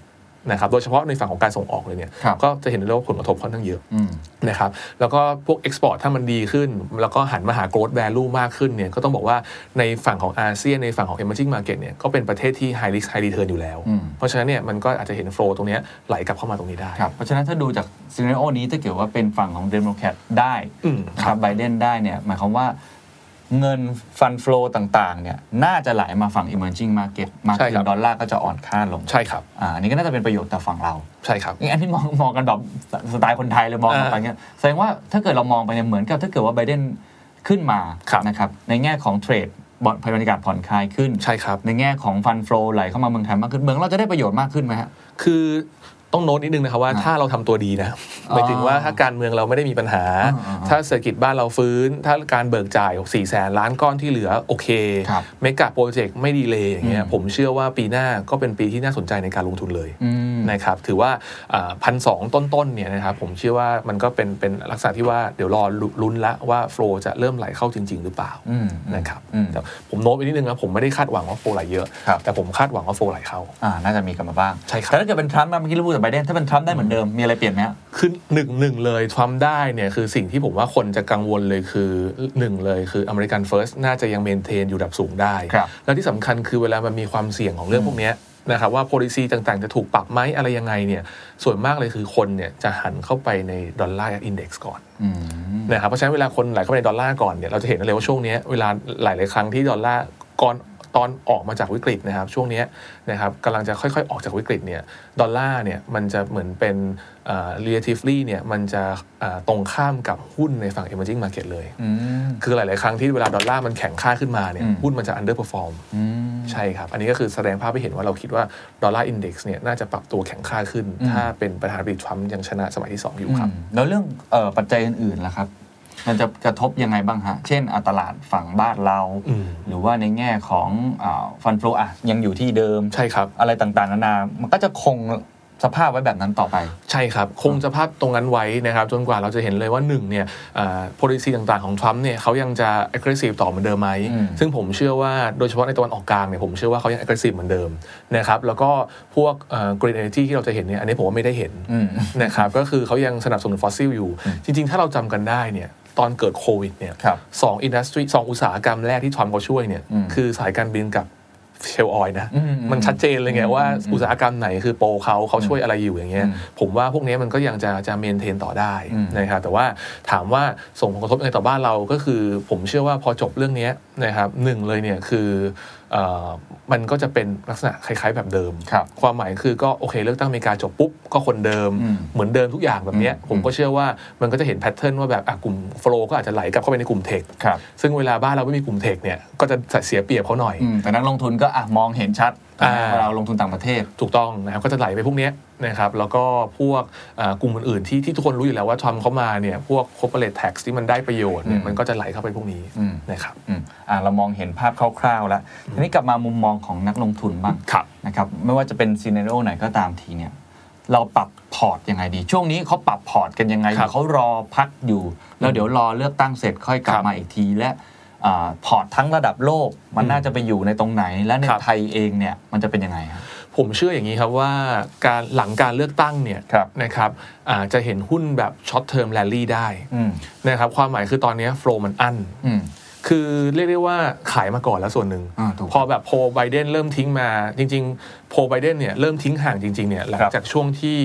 นะครับโดยเฉพาะในฝั่งของการส่งออกเลยเนี่ย
ครับ
ก็จะเห็นได้ว่าผลกระทบค่อนข้างเยอะ
อืม
นะครับแล้วก็พวกเอ็กซ์พอร์ตถ้ามันดีขึ้น แล้วก็หันมาหา growth value มากขึ้นเนี่ยก็ต้องบอกว่าในฝั่งของอาเซียนในฝั่งของ emerging market เนี่ยก็เป็นประเทศที่ high risk high return อยู่แล้ว
อืม
เพราะฉะนั้นเนี่ยมันก็อาจจะเห็น flow ตรงเนี้ยไหลกลับเข้ามาตรงนี้ได้
ครับเพราะฉะนั้นถ้าดูจากซีเนโอนี้ถ้าเกิดว่าเป็นฝั่งของเดโมแครตได้
อืม
นะครับไบเดนได้เนี่ยหมายความว่าเงินฟันฟลูต่างๆเนี่ยน่าจะไหลมาฝั่ง emerging market มากขึ้นดอลลาร์ก็จะอ่อนค่าลง
ใช่ครับ
อ่าอันนี้ก็น่าจะเป็นประโยชน์ต่อฝั่งเรา
ใช่ครับ
นี่อันนี้มองมองกันแบบสสไตล์คนไทยเลยมองกัน
อ่า
ไปเงี้ยแสดงว่าถ้าเกิดเรามองไปเนี่ยเหมือนกับถ้าเกิดว่าไบเดนขึ้นมา
ครับ
นะครับในแง่ของเทรดบอลบรรยากาศผ่อนคลายขึ้น
ใช่ครับ
ในแง่ของฟันฟลอไหลเข้ามาเมืองไทยมากขึ้น เมืองเราจะได้ประโยชน์มากขึ้นไหมฮะ
คือ ต้องโน้ตนิดนึงนะครับว่า
อ่า
ถ้าเราทำตัวดีนะหมายถึงว่าถ้าการเมืองเราไม่ได้มีปัญหา
อ่าอ่าอ่า
ถ้าเศรษฐกิจบ้านเราฟื้น ถ้าการเบิกจ่าย4แสนล้านก้อนที่เหลือโอเค
ครับ
เมกะโปรเจกต์ไม่ดีเลยอย่างเงี้
อื
ย
ม
ผมเชื่อว่าปีหน้าก็เป็นปีที่น่าสนใจในการลงทุนเลย
อืม
นะครับถือว่าพันสองต้นๆเนี่ยนะครับผมเชื่อว่ามันก็เป็นเป็นลักษณะที่ว่าเดี๋ยวรอลุ้นละว่าโฟลจะเริ่มไหลเข้าจริง ๆ หรือเปล่า
อืม
นะครับ
อืม
แต่ผมโน้ตไปนิดนึงนะผมไม่ได้คาดหวังว่าโฟลไหลเยอะ
ครับ
แต่ผมคาดหวังว่าโฟลไหลเข้า
อ่าน่าจะมีกลับมาบ้าง
ใช่ครับ
แต่ถ้าเกิดเป็นทรัมป์นะเมื่อกี้เราพูดแต่ไบเดนถ้าเป็นทรัมป์ได้เหมือนเดิมมีอะไรเปลี่ยนไหมฮะ
คือหนึ่งหนึ่งเลยทำได้เนี่ยคือสิ่งที่ผมว่าคนจะกังวลเลยคือหนึ่งเลยคืออเมริกันเฟิร์สน่าจะยังเมนเทนอยู่ระดับสูงได้
ครับ
และที่สำคัญคือเวลามันมีความเสี่ยงของเรื่องพวกเนี้ยนะครับว่า policy ต่างๆ จะถูกปรับไหมอะไรยังไงเนี่ยส่วนมากเลยคือคนเนี่ยจะหันเข้าไปในดอลลาร์อินเด็กซ์ก่อน นะครับเพราะฉะนั้นเวลาคนไหลเข้าไปในดอลลาร์ก่อนเนี่ยเราจะเห็นได้เลยว่าช่วงเนี้ยเวลาหลาย ๆ ครั้งที่ดอลลาร์ก่อนตอนออกมาจากวิกฤตนะครับช่วงเนี้ยนะครับกำลังจะค่อย ๆ ออกจากวิกฤตเนี่ยดอลลาร์เนี่ยมันจะเหมือนเป็นเอ่อ relatively เนี่ยมันจะเอ่อตรงข้ามกับหุ้นในฝั่ง emerging market เลย คือหลาย ๆ ครั้งที่เวลาดอลลาร์มันแข็งค่าขึ้นมาเนี่ย
อืม
หุ้นมันจะ underperform ใช่ครับ อันนี้ก็คือแสดงภาพให้เห็นว่าเราคิดว่าดอลลาร์อินเด็กซ์เนี่ยน่าจะปรับตัวแข็งค่าขึ้น ถ้าเป็นประธานาธิบดีทรัมป์ยังชนะสมัยที่สองอยู่ครับ
อืมแล้วเรื่องเอ่อปัจจัยอื่นๆล่ะครับ มันจะกระทบยังไงบ้างฮะ เช่นอ่ะตลาดฝั่งบ้านเรา
อืม
หรือว่าในแง่ของฟันฟลูอ่ะยังอยู่ที่เดิม
ใช่ครับ
อะไรต่างๆนานา มันก็จะคงสภาพไว้แบบนั้นต่อไป
ใช่ครับ คงสภาพตรงนั้นไว้นะครับ จนกว่าเราจะเห็นเลยว่าหนึ่งเนี่ยอ่า policy ต่างๆของทรัมป์เนี่ยเขายังจะ aggressive ต่อเหมือนเดิมไหม
อืม
ซึ่งผมเชื่อว่าโดยเฉพาะในตะวันออกกลางเนี่ยผมเชื่อว่าเขายัง aggressive เหมือนเดิมนะครับแล้วก็พวกเอ่อ green energy ที่เราจะเห็นเนี่ยอันนี้ผมว่าไม่ได้เห็น
อืม
นะครับก็คือเขายังสนับสนุนฟอสซิลอยู่ จริง ๆ ถ้าเราจำกันได้เนี่ยตอนเกิดโควิดเนี่ย
ครับ
สองอินดัสทรีสองอุตสาหกรรมแรกที่ทรัมป์เขาช่วยเนี่ย
อืม
คือสายการบินกับเชลออยนะ
อืมอืม
มันชัดเจนเลยไงว่าอุตสาหกรรมไหนคือโปรเขาเขาช่วยอะไรอยู่อย่างเงี้ย
อืม
ผมว่าพวกนี้มันก็ยังจะจะเมนเทนต่อได้
อืม
นะครับแต่ว่าถามว่าส่งผลกระทบยังไงต่อบ้านเราก็คือ ผมเชื่อว่าพอจบเรื่องเนี้ยนะครับหนึ่งเลยเนี่ยคือเออมันก็จะเป็นลักษณะคล้าย ๆ แบบเดิม
ครับ
ความหมายคือก็โอเคเลือกตั้งอเมริกาจบปุ๊บ ก็คนเดิม
อืม
เหมือนเดิมทุกอย่างแบบเนี้ย
อืม
ผมก็เชื่อว่ามันก็จะเห็นแพทเทิร์นว่าแบบอ่ะกลุ่มโฟลก็อาจจะไหลกลับเข้าไปในกลุ่มเทค
ครับ
ซึ่งเวลาบ้านเราไม่มีกลุ่มเทคเนี่ยก็จะเสียเปรียบเขาหน่อย
อืมแต่นักลงทุนก็อ่ะมองเห็นชัด
อ่า
เวลาเราลงทุนต่างประเทศ
ถูกต้องนะครับก็จะไหลไปพวกเนี้ยนะครับแล้วก็พวกเอ่อกลุ่มอื่นๆที่ที่ทุกคนรู้อยู่แล้วว่าทรัมป์เข้ามาเนี่ยพวก corporate tax ที่มันได้ประโยชน์เนี่ย
อืม
มันก็จะไหลเข้าไปพวกนี้
อืม
นะครับ
อืมอ่ะเรามองเห็นภาพคร่าวๆแล้ว ทีนี้กลับมามุมมองของนักลงทุนบ้าง
ครับ
นะครับไม่ว่าจะเป็นซีเนโรไหนก็ตามทีเนี่ยเราปรับพอร์ตยังไงดี ช่วงนี้เขาปรับพอร์ตกันยังไง
ครับ
เขารอพักอยู่ แล้วเดี๋ยวรอเลือกตั้งเสร็จค่อยกลับ
ครับ
มาอีกทีและอ่าพอร์ตทั้งระดับโลก มัน
อืม
น่าจะไปอยู่ในตรงไหนและใน
ครับ
ไทยเองเนี่ยมันจะเป็นยังไงครับ
ผมเชื่ออย่างนี้ครับว่าการหลังการเลือกตั้งเนี่ย
ครับ
นะครับอ่าจะเห็นหุ้นแบบ short term rally ได้
อืม
นะครับความหมายคือตอนเนี้ย flow มันอั้น
อืม
คือเรียกได้ว่าขายมาก่อนแล้วส่วนหนึ่ง
อ่าถูก
พอแบบโพไบเดนเริ่มทิ้งมาจริงๆโพไบเดนเนี่ยเริ่มทิ้งห่างจริงๆเนี่ยหลังจากช่วงที่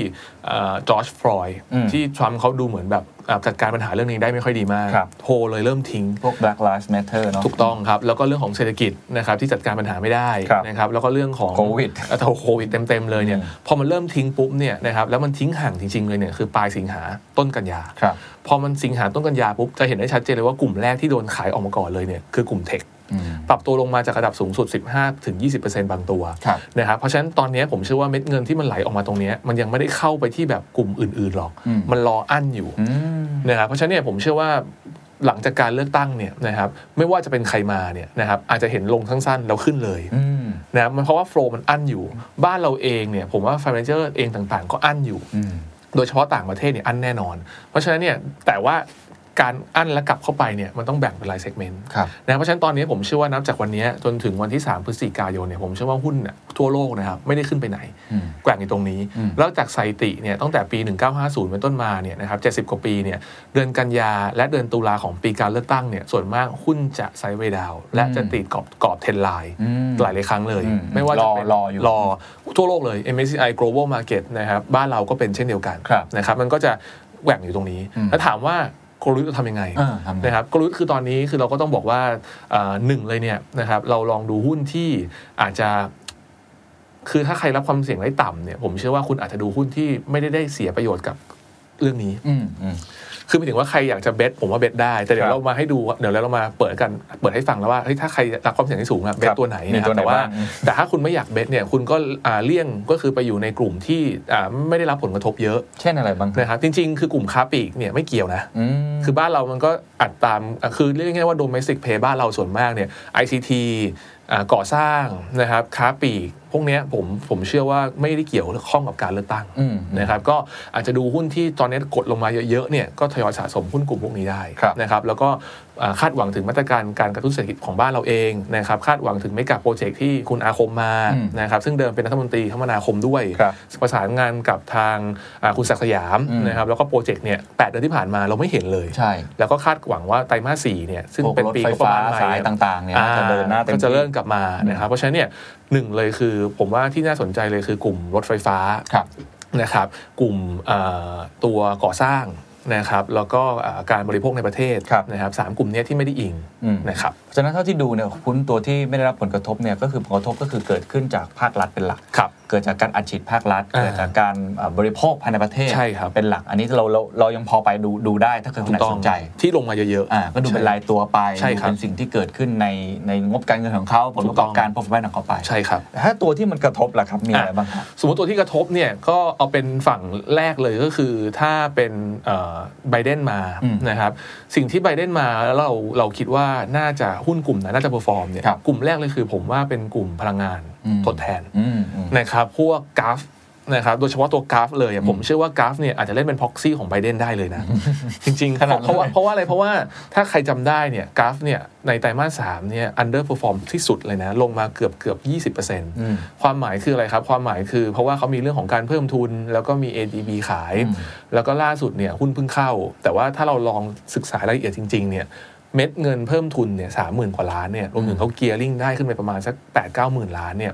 จอร์จฟลอยด์
อืม
ที่ทรัมป์เขาดูเหมือนแบบอ่าจัดการปัญหาเรื่องนี้ได้ไม่ค่อยดีมาก
ครับ
โพเลยเริ่มทิ้ง
พวก Black Lives Matter เนาะ
ถูกต้องครับ แล้วก็เรื่องของเศรษฐกิจนะครับที่จัดการปัญหาไม่ได้
ครับ
นะครับแล้วก็เรื่องของ
โควิด
เอ่อโควิดเต็มๆเลยเนี่ย
อืม
พอมันเริ่มทิ้งปุ๊บเนี่ยนะครับแล้วมันทิ้งห่างจริงๆเลยเนี่ยคือปลายสิงหาต้นกันยา
ครับ
พอมันสิงหาต้นกันยาปุ๊บจะเห็นได้ชัดเจนเลยว่ากลุ่มแรกที่โดนขายออกมาก่อนเลยเนี่ยคือกลุ่มเทค ปรับตัวลงมาจากระดับสูงสุด 15ถึง20 บางตัว
ครับ
นะครับเพราะฉะนั้นตอนเนี้ยผมเชื่อว่าเม็ดเงินที่มันไหลออกมาตรงเนี้ยมันยังไม่ได้เข้าไปที่แบบกลุ่มอื่นๆหรอก
อืม
มันรออั้นอยู่
อืม
นะครับเพราะฉะนั้นเนี่ยผมเชื่อว่าหลังจากการเลือกตั้งเนี่ยนะครับไม่ว่าจะเป็นใครมาเนี่ยนะครับอาจจะเห็นลงสั้นๆแล้วขึ้นเลย
อืม
นะครับมันเพราะว่าโฟลมันอั้นอยู่ บ้านเราเองเนี่ยผมว่า f ฟ n a n c i a l เองต่างๆ ก็อั้นอยู่
อืม
โดยเฉพาะต่างประเทศเนี่ยอั้นแน่นอน เพราะฉะนั้นเนี่ยแต่ว่าการอั้นและกลับเข้าไปเนี่ยมันต้องแบ่งเป็นรายเซกเมนต์
ครับ
นะเพราะฉะนั้นตอนนี้ผมเชื่อว่านับจากวันนี้จนถึงวันที่ 3 พฤศจิกายนเนี่ยผมเชื่อว่าหุ้นน่ะทั่วโลกนะครับไม่ได้ขึ้นไปไหน
อืม
แกว่งอยู่ตรงนี้
อืม
แล้วจากสถิติเนี่ยตั้งแต่ปี 1950 เป็นต้นมาเนี่ยนะครับ70 กว่าปีเนี่ยเดือนกันยาและเดือนตุลาของปีการเลือกตั้งเนี่ยส่วนมากหุ้นจะไซด์เวย์ดาวน์และ
อืม
จะติดกรอบกรอบเทนไลน์
อืม
หลายหลายๆครั้งเลย
อืม
ไม่ว่าจะเป็น
รอรออยู่
รอทั่วโลกเลย MSCI Global Market นะครับบ้านเราก็เป็นเช่นเดียวกัน
ครับ
นะครับมันก็จะแกว่งอยู่ตรงนี้
อืม
แล้วถามว่ากลยุทธ์จะทำยังไง
เออทำไง
นะครับกลยุทธ์คือตอนนี้คือเราก็ต้องบอกว่าเอ่อหนึ่งเลยเนี่ยนะครับเราลองดูหุ้นที่อาจจะ คือถ้าใครรับความเสี่ยงได้ต่ำเนี่ยผมเชื่อว่าคุณอาจจะดูหุ้นที่ไม่ได้ได้เสียประโยชน์กับเรื่องนี้
อืมอืม
คือหมายถึงว่าใครอยากจะเบสผมว่าเบสได้ แต่เดี๋ย
ครับ
วเรามาให้ดูเดี๋ยวเรามาเปิดกันเปิดให้ฟังแล้วว่าเฮ้ยถ้าใครรับความเสี่ยงที่สูงอะเบ
ครั
ส
บ
ตัวไหนนะค
มีตัวไห
รับ
น
แต่ว่า
บ้าง
แต่ถ้าคุณไม่อยากเบสเนี่ยคุณก็อ่าเลี่ยงก็คือไปอยู่ในกลุ่มที่อ่าไม่ได้รับผลกระทบเยอะ
เช่นอะไรบ้างครับ
นะครับจริง ๆ คือกลุ่มค้าปลีกเนี่ยไม่เกี่ยวนะ
อืม
คือบ้านเรามันก็อัดตามอ่ะคือเรียกง่ายๆว่า domestic pay บ้านเราส่วนมากเนี่ย ICT อ่าก่อสร้างนะครับค้าปลีก พวกเนี้ยผมผมเชื่อว่าไม่ได้เกี่ยวข้องกับการเลือกตั้ง
อืม
นะครับก็อาจจะดูหุ้นที่ตอนนี้กดลงมาเยอะๆเนี่ยก็ทยอยสะสมหุ้นกลุ่มพวกนี้ได้
ครับ
นะครับแล้วก็อ่าคาดหวังถึงมาตรการการกระตุ้นเศรษฐกิจของบ้านเราเองนะครับคาดหวังถึงไม่กับโปรเจกต์ที่คุณอาคมมา
อืม
นะครับซึ่งเดิมเป็นรัฐมนตรีคมนาคมด้วย
ครับ
ประสานงานกับทางอ่าคุณศักดิ์สยาม
อืม
นะครับแล้วก็โปรเจกต์เนี่ยแปดเดือนที่ผ่านมาเราไม่เห็นเลย
ใช่
แล้วก็คาดหวังว่าไตรมาสสี่เนี่ยซึ่ง
พวก
เป็น
รถ
ปี
ไฟ
งบประ
ฟ้า
มาณใหม่
สาย
เนี่ย
ต่างๆเนี่ย
อ่า
จะเดินหน้าเต็ม
ก็จะเริ่ม
ที่
กลับมานะครับเพราะฉะนั้นเนี่ยหนึ่งเลยคือผมว่าที่น่าสนใจเลยคือกลุ่มรถไฟฟ้า
ครับ
นะครับกลุ่มเอ่อตัวก่อสร้างนะครับแล้วก็อ่าการบริโภคในประเทศ
ครับ
นะครับสามกลุ่มเนี้ยที่ไม่ได้อิง
อืม
นะครับ
ฉะนั้นเท่าที่ดูเนี่ยหุ้นตัวที่ไม่ได้รับผลกระทบเนี่ยก็คือผลกระทบก็คือเกิดขึ้นจากภาครัฐเป็นหลัก
ครับ
เกิดจากการอัดฉีดภาครัฐ
อ่า
เกิดจากการเอ่อบริโภคภายในประเทศ
ใช่ครับ
เป็นหลัก อันนี้เราเราเรายังพอไปดูดูได้ถ้าเกิดคนไหนสนใจ
ที่ลงมาเยอะๆ
อ่าก็ดูเป็นรายตัวไป
ใช่
ดู
ครับ
เป็นสิ่งที่เกิดขึ้นในในงบการเงินของเขาผลประกอบ
ถูกต้อง
การ performance ของเขาไป
ใช่ครับ
แต่ถ้าตัวที่มันกระทบล่ะครับมีอะไรบ้างครับ
สมมติตัวที่กระทบเนี่ยก็เอาเป็นฝั่งแรกเลยก็คือถ้าเป็นไบเดนมา
อืม
นะครับสิ่งที่ไบเดนมาแล้วเราเราคิดว่าน่าจะหุ้นกลุ่มไหนน่าจะเปอร์ฟอร์มเนี่ย
ครับ
กลุ่มแรกเลยคือผมว่าเป็นกลุ่มพลังงาน
อืม
ทดแทน
อืมอืม
นะครับพวกกราฟนะครับโดยเฉพาะตัวกราฟเลยอะผมเชื่อว่ากราฟเนี่ยอาจจะเล่นเป็นพ็อกซี่ของไบเดนได้เลยนะ จริงๆ
ขนาดนั้น
เพราะว่า
เลย
เพราะว่าอะไรเพราะว่าถ้าใครจำได้เนี่ยกราฟเนี่ยในไตรมาสสามเนี่ยอันเดอร์เพอร์ฟอร์มที่สุดเลยนะลงมาเกือบเกือบยี่สิบเปอร์เซ็นต์
อืม
ความหมายคืออะไรครับ ความหมายคือเพราะว่าเขามีเรื่องของการเพิ่มทุน แล้วก็มี ADB ขาย
อืม
แล้วก็ล่าสุดเนี่ยหุ้นเพิ่งเข้า แต่ว่าถ้าเราลองศึกษารายละเอียดจริงๆเนี่ยเม็ดเงินเพิ่มทุนเนี่ยสามหมื่นกว่าล้านเนี่ยรวมถึงเขาเกียร์ลิงได้ขึ้นไปประมาณสัก8ปดเก้าหมื่นล้านเนี่ย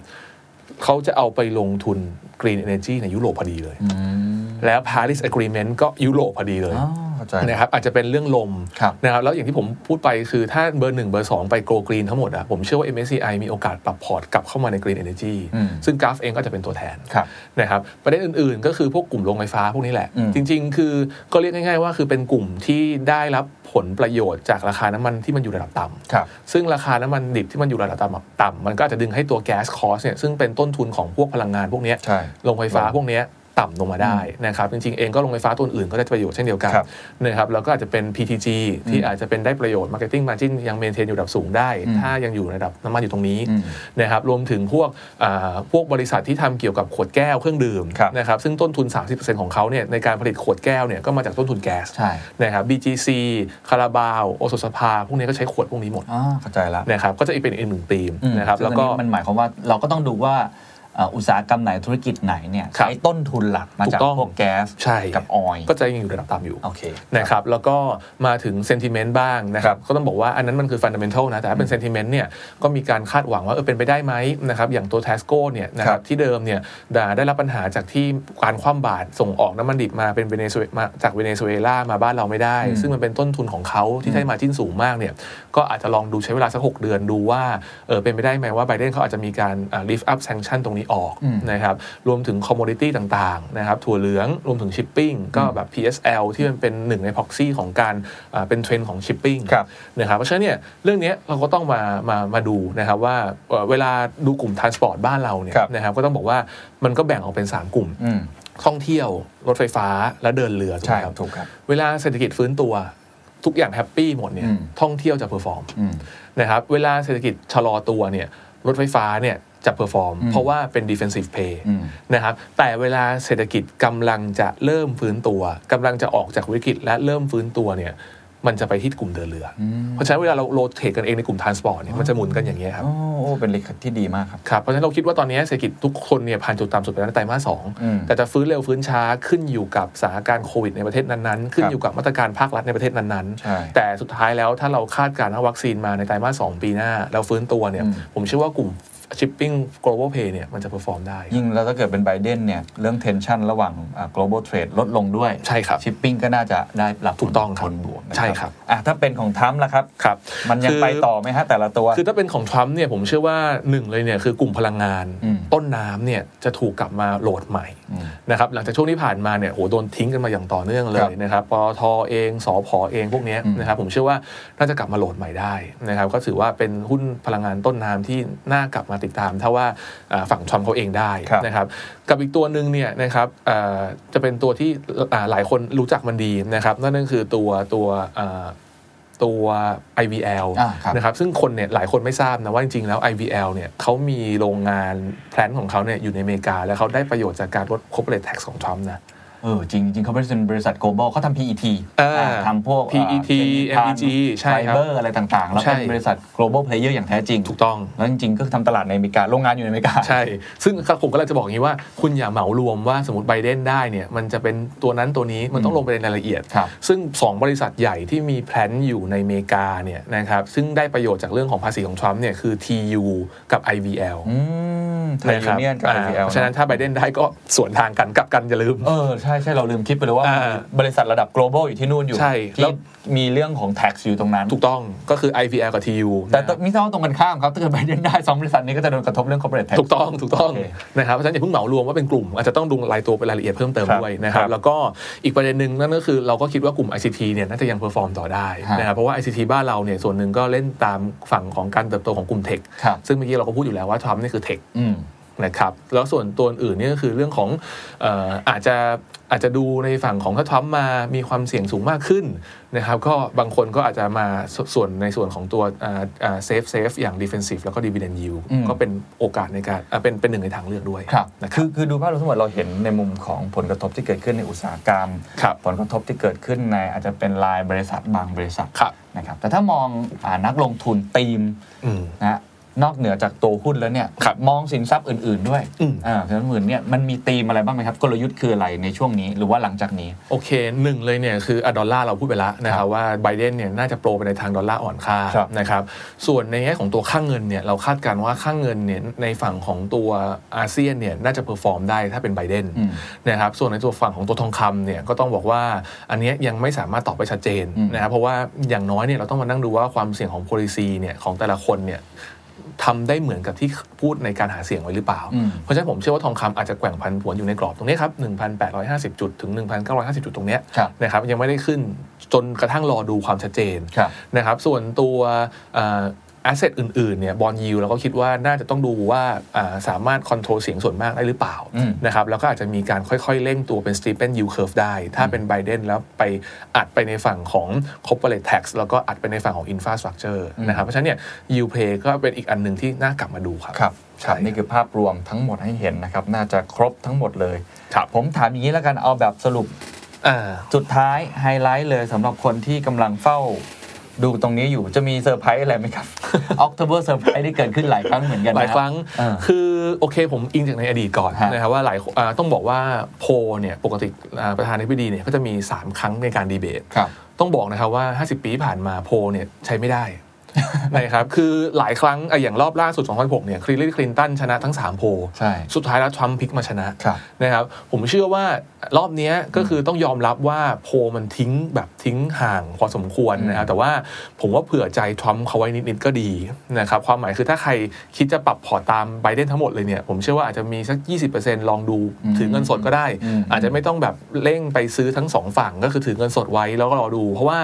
เขาจะเอาไปลงทุน Green Energy ในยุโรปพอดีเลย
อืม
แล้ว Paris Agreement ก็ยุโรปพอดีเลย
อ๋อเข้าใจ
นะครับอาจจะเป็นเรื่องลม
ครับ
นะครับแล้วอย่างที่ผมพูดไปคือถ้าเบอร์หนึ่งเบอร์สองไปโกลกรีนทั้งหมดอะผมเชื่อว่า MSCI มีโอกาสปรับพอร์ตกลับเข้ามาใน Green Energy
อืม
ซึ่งกราฟเองก็จะเป็นตัวแทน
ครับ
นะครับประเด็นอื่นๆ ก็คือพวกกลุ่มโรงไฟฟ้าพวกนี้แหละ
อืม
จริง ๆ คือก็เรียกง่ายๆว่าคือเป็นกลุ่มที่ได้รับผลประโยชน์จากราคาน้ำมันที่มันอยู่ระดับต่ำ
ครับ
ซึ่งราคาน้ำมันดิบที่มันอยู่ระดับต่ำต่ำมันก็อาจจะดึงให้ตัวแก๊สคอสเนี่ยซึ่งเป็นต้นทุนของพวกพลังงานพวกเนี้ย
ใช่
โรงไฟฟ้าพวกเนี้ยต่ำลงมาได้นะครับจริงๆเองก็โรงไฟฟ้าตัวอื่นก็ได้ประโยชน์เช่นเดียวกัน
ครับ
นะครับแล้วก็อาจจะเป็น PTG ที่อาจจะเป็นได้ประโยชน์ Marketing Margin ยังเมนเทนอยู่ระดับสูงได้
อืม
ถ้ายังอยู่ในระดับน้ำมันอยู่ตรงนี้
อืม
นะครับรวมถึงพวกอ่าพวกบริษัทที่ทำเกี่ยวกับขวดแก้วเครื่องดื่ม
ครับ
นะครับซึ่งต้นทุน 30%ของเขาเนี่ยในการผลิตขวดแก้วเนี่ยก็มาจากต้นทุนแก๊ส
ใช่
นะครับ BGC คาราบาวโอโซสภาพวกนี้ก็ใช้ขวดพวกนี้หมด
อ๋อเข้าใจละ
นะครับก็จะเป็นอีกหนึ่งธีม
อืม
นะครับ
ซึ่ง
แล้วก็
อัมันหมายความว่าเราก็ต้องดูว่าเอ่ออุตสาหกรรมไหนธุรกิจไหนเนี่ย
ครับ
ใช้ต้นทุนหลักมาจาก
ถูกต้อง
พวกแก๊ส
ใช่
กับออยล์
ก็จะยังอยู่ระดับต่ำอยู่
โอเค
นะครับแล้วก็มาถึงเซนติเมนต์บ้างนะค
ครั
รับบ ก็ต้องบอกว่าอันนั้นมันคือฟันดัมเบลนะแต่ถ้าเป็นเซนติเมนต์เนี่ยก็มีการคาดหวังว่าเออเป็นไปได้ไหมนะครับอย่างตัว t ทสโก้เนี่ยนะค
ครั
รั
บบ
ที่เดิมเนี่ยได้ได้รับปัญหาจากที่การคว่ำบาตรส่งออกน้ำมันดิบมาเป็นเวเนซุเอมาจากเวเนซุเอลามาบ้านเราไม่ได้
อืม
ซึ่งมันเป็นต้นทุนของเขาที่ได้มาจิ้นสูงมากเนี่ยก็อาจจะลองดูใช้เวลาสัก 6 เดือนดูว่าเออเป็นไปได้ไหมว่าไบเดนเขาอาจจะมีการลิฟต์อัพแซงชันตรงนี้ออก
อืม
นะครับรวมถึงคอมม o ดิตี้ต่างๆนะครับถั่วเหลืองรวมถึงชิปปิ้งก็แบบ PSL ที่มันเป็นหนึ่งในพ็อกซี่ของการอ่าเป็นเทรนด์ของชิปปิ้ง
ครับ
นะครับเพราะฉะนั้นเนี่ยเรื่องเนี้ยเราก็ต้องมามามาดูนะครับว่าเอ่อเวลาดูกลุ่มท r านสปอร์ตบ้านเราเนี่ย
ครับ
นะครับก็ต้องบอกว่ามันก็แบ่งออกเป็น 3 กลุ่ม
อืม
ท่องเที่ยว รถไฟฟ้าและเดินเรือถูก
ใช่
ไหมครับ
ถูกครับ
เวลาเศรษฐกิจฟื้นตัวทุกอย่างแฮปปี้หมดเนี่ย
อืม
ท่องเที่ยวจะเพอร์ฟอร์ม
อืม
นะครับเวลาเศรษฐกิจชะลอตัวเนี่ยรถไฟฟ้าเนี่ยจะเพอร์ฟอร์ม
อืม
เพราะว่าเป็น defensive pay
อืม
นะครับแต่เวลาเศรษฐกิจกำลังจะเริ่มฟื้นตัวกำลังจะออกจากวิกฤตและเริ่มฟื้นตัวเนี่ยมันจะไปที่กลุ่มเดินเรือ
อืม
เพราะฉะนั้นเวลาเราโรเท e กันเองในกลุ่มทานสปอร์ตเนี่ยมันจะหมุนกันอย่างเงี้ยครับ
โอ้โอ้เป็นเลขที่ดีมากครับ
ครับเพราะฉะนั้นเราคิดว่าตอนนี้เศรษฐกิจทุกคนเนี่ยผ่านจุดต่ำสุดไปแล้วในไตรมาสสอง
อืม
แต่จะฟื้นเร็วฟื้นช้าขึ้นอยู่กับสถานการณ์โควิดในประเทศนั้นๆ ขึ้นอยู่กับมาตรการภาครัฐในประเทศนั้นๆ
ใช่
แต่สุดท้ายแล้วถ้าเราคาดการณ์ว่าวัคซีนมาในไตรมาสสองปีหน้า เราฟื้นตัวเนี่ย
อืม
ผมเชื่อว่ากลุ่ม shipping global pay เนี่ยมันจะ perform ได้
ยิ่งแล้วถ้าเกิดเป็นไบเดนเนี่ยเรื่อง tension ระหว่างอ่า global trade ลดลงด้วย
ใช่ครับ
ชิปปิ้งก็น่าจะได้รับ
ถูกต้องครับ
ผลบวกนะ
ใช่ครับ
อ่ะถ้าเป็นของทรัมป์ล่ะครับ
ครับ
มันยัง
คือ
ไปต่อไหมฮะแต่ละตัว
คือถ้าเป็นของทรัมป์เนี่ยผมเชื่อว่าหนึ่งเลยเนี่ยคือกลุ่มพลังงาน
อืม
ต้นน้ำเนี่ยจะถูกกลับมาโหลดใหม่
ม
นะครับหลังจากช่วงที่ผ่านมาเนี่ยโหโดนทิ้งกันมาอย่างต่อเนื่องเล
ครั
ย
บ
นะครับปอทเองสอพอเองพวกเนี้ย
อืม
นะครับผมเชื่อว่าน่าจะกลับมาโหลดใหม่ได้นะครับก็ถือว่าเป็นหุ้นพลังงานต้นน้ำที่น่ากลับมาติดตาม ถ้าว่าอ่าฝั่งทรัมป์เขาเองได้นะครับกับอีกตัวหนึ่งเนี่ยนะครับอ่าจะเป็นตัวที่อ่าหลายคนรู้จักมันดีนะครับนั่นก็คือตัวตัวอ่าตัว IVL
อ่าครับ
นะครับซึ่งคนเนี่ยหลายคนไม่ทราบนะว่าจริงๆแล้ว IVL เนี่ยเขามีโรงงานแพลนของเขาเนี่ยอยู่ในอเมริกา แล้วเขาได้ประโยชน์จากการลด corporate tax ของทรัมป์นะ
เออจริงจริงเขาเป็นบริษัท global เขาทำ PET
อ่า
อ่าทำพวก
PET
เอ่อ
MEG ใช่
ไฟ
ครับ
เบอร์อะไรต่างๆ แล้ว
ใช่
เป็นบริษัท global player อย่างแท้จริง
ถูกต้อง
แล้วจริงๆ ก็ทำตลาดในอเมริกา โรงงานอยู่ในอเมริกา
ใช่ ซึ่งครับผมก็เลยจะบอกอย่างนี้ว่า คุณอย่าเหมารวมว่าสมมติไบเดนได้เนี่ยมันจะเป็นตัวนั้นตัวนี้มันต้องลงไปในรายละเอียด
ครับ
ซึ่ง 2 บริษัทใหญ่ที่มีแพลนอยู่ในอเมริกาเนี่ยนะครับซึ่งได้ประโยชน์จากเรื่องของภาษีของทรัมป์เนี่ยคือ TU กับ IVL
อืมไทย
ะ
ยู
ครับ
เนียนกับ
อ่า
IVL
เพราะฉะนั้นถ้าไบเดนได้ก็สวนทางกันกลับกันอย่าลืม
เออ ใช่ใช่เราลืมคิดไปเลยว่า
อ่า
บริษัทระดับ global อยู่ที่นู่นอยู่
ใช่แล้
ที่
ว
มีเรื่องของ tax อยู่ตรงนั้น
ถูกต้องก็คือ IVL กับ TU
แต่
นะครับ
มิซ่าตรงกันข้ามครับถ้าเกิดไบเดนได้สองบริษัทนี้ก็จะโดนกระทบเรื่อง corporate tax
ถูกต้องถูกต้อง
โอเค
นะครับเพราะฉะนั้นอย่าเพิ่งเหมารวมว่าเป็นกลุ่ม อาจจะต้องดูรายตัวเป็นรายละเอียดเพิ่มเติม
ครับ
ด้วยนะครับ
ครับ
แล้วก็อีกประเด็นหนึ่งนั่นก็คือเราก็คิดว่ากลุ่ม ICT เนี่ยน่าจะยังเพอร์ฟอร์มต่อได้
ฮะ
นะครับเพราะว่า ICT บ้านเราเนี่ยส่วนหนึ่งก็เล่นตามฝั่งของการเติบโตของกลุ่มเทค
ครับ
ซึ่งเมื่อกี้เราก็พูดอยู่แล้วว่าทรัมป์นี่คือเทค
อืม
นะครับแล้วส่วนตัวอื่นเนี่ยก็คือเรื่องของเอ่ออาจจะอาจจะดูในฝั่งของถ้าทรัมป์มามีความเสี่ยงสูงมากขึ้นนะครับก็บางคนก็อาจจะมาสส่วนในส่วนของตัวเซฟเซฟอย่าง defensive แล้วก็ dividend yield
อืม
ก็เป็นโอกาสในการอ่าเป็นเป็นหนึ่งในทางเลือกด้วย
ครับ
นะครับ
คือคือดูภาพรวมทั้งหมดเราเห็นในมุมของผลกระทบที่เกิดขึ้นในอุตสาหกรรม
ครับ
ผลกระทบที่เกิดขึ้นในอาจจะเป็นรายบริษัทบางบริษัท
ครับ
นะครับแต่ถ้ามองอานักลงทุนธีม
อืม
นะนอกเหนือจากตัวหุ้นแล้วเนี่ย
ครับ
มองสินทรัพย์อื่น ๆ ด้วย
อืม
อ่าสินทรัพย์อื่นเนี่ยมันมีธีมอะไรบ้างไหมครับ กลยุทธ์คืออะไรในช่วงนี้หรือว่าหลังจากนี้
โอเคหนึ่งเลยเนี่ยคืออะดอลลาร์เราพูดไปแล้วนะค
ครั
รับบ ว่าไบเดนเนี่ยน่าจะโปรไปในทางดอลลาร์อ่อนค่า
ครับ
นะครับส่วนในแง่ของตัวค่างเงินเนี่ยเราคาดการณ์ว่าค่างเงินเนี่ยในฝั่งของตัวอาเซียนเนี่ยน่าจะเพอร์ฟอร์มได้ถ้าเป็นไบเดน
อืม
นะครับส่วนในตัวฝั่งของตัวทองคำเนี่ยก็ต้องบอกว่าอันเนี้ยยังไม่สามารถตอบไปชัดเจน
อืม
นะครับเพราะว่าอย่างน้อยเนี่ยเราต้องมานั่งดูว่าความเสี่ยงของ policy เนี่ยของแต่ละคนเนี่ยทำได้เหมือนกับที่พูดในการหาเสียงไว้หรือเปล่า
อืม
เพราะฉะนั้นผมเชื่อว่าทองคำอาจจะแกว่งพันผวนอยู่ในกรอบตรงนี้ครับ 1,850 จุดถึง 1,950 จุดตรงเนี้ย
ครับ
นะครับยังไม่ได้ขึ้นจนกระทั่งรอดูความชัดเจน
ครับ
นะครับส่วนตัวแอสเซทอื่นๆเนี่ยบอลยูเราก็คิดว่าน่าจะต้องดูว่าอ่าสามารถคอนโทรลเสียงส่วนมากได้หรือเปล่า
อืม
นะครับแล้วก็อาจจะมีการค่อยๆเร่งตัวเป็น steepen yield curve ได้ ถ้าเป็นไบเดนแล้วไปอัดไปในฝั่งของ corporate tax แล้วก็อัดไปในฝั่งของ infrastructure นะครับเพราะฉะนั้นเนี่ย yield play ก็เป็นอีกอันหนึ่งที่น่ากลับมาดูครับ
ครับ
ใช่
ครับนี่คือภาพรวมทั้งหมดให้เห็นนะครับน่าจะครบทั้งหมดเลย
ครับ
ผมถามอย่างนี้แล้วกันเอาแบบสรุป
อ่า
สุดท้ายไฮไลท์เลยสำหรับคนที่กำลังเฝ้าดูตรงนี้อยู่จะมีเซอร์ไพรส์อะไรไหมครับ ออก o เ e อร์เซอร์ไพรส์ได้เกิดขึ้นหลายครั้งเหมือนกัน
ห
นะ
ลายครั้ง
เออ
คือโอเคผมอิงจากในอดีตก่อน
ฮะ
นะครับว่าหลายอ่าต้องบอกว่าโพลเนี่ยปกติอ่าประธานาธิบดีเนี่ยก็จะมี 3 ครั้งในการดีเบต
ครับ
ต้องบอกนะครับว่า 50 ปีที่ผ่านมาโพลเนี่ยใช้ไม่ ได้ นะครับคือหลายครั้งอ่ะอย่างรอบล่าสุด 2006เนี่ยคลีคลินตันชนะทั้ง 3 โพล
ใช่
สุดท้ายแล้วทรัมป์พลิกมาชนะครับ นะครับผมเชื่อว่ารอบเนี้ยก็คือต้องยอมรับว่าโพลมันทิ้งแบบทิ้งห่างพอสมควรนะครับแต่ว่าผมว่าเผื่อใจทรัมป์เขาไว้นิดๆก็ดีนะครับความหมายคือถ้าใครคิดจะปรับพอร์ตตามไบเดนทั้งหมดเลยเนี่ยผมเชื่อว่าอาจจะมีสัก 20%ลองดู
อืม
ถือเงินสดก็ได้
อืม
อาจจะไม่ต้องแบบเร่งไปซื้อทั้งสองฝั่งก็คือถือเงินสดไว้แล้วก็รอดู เพราะว่า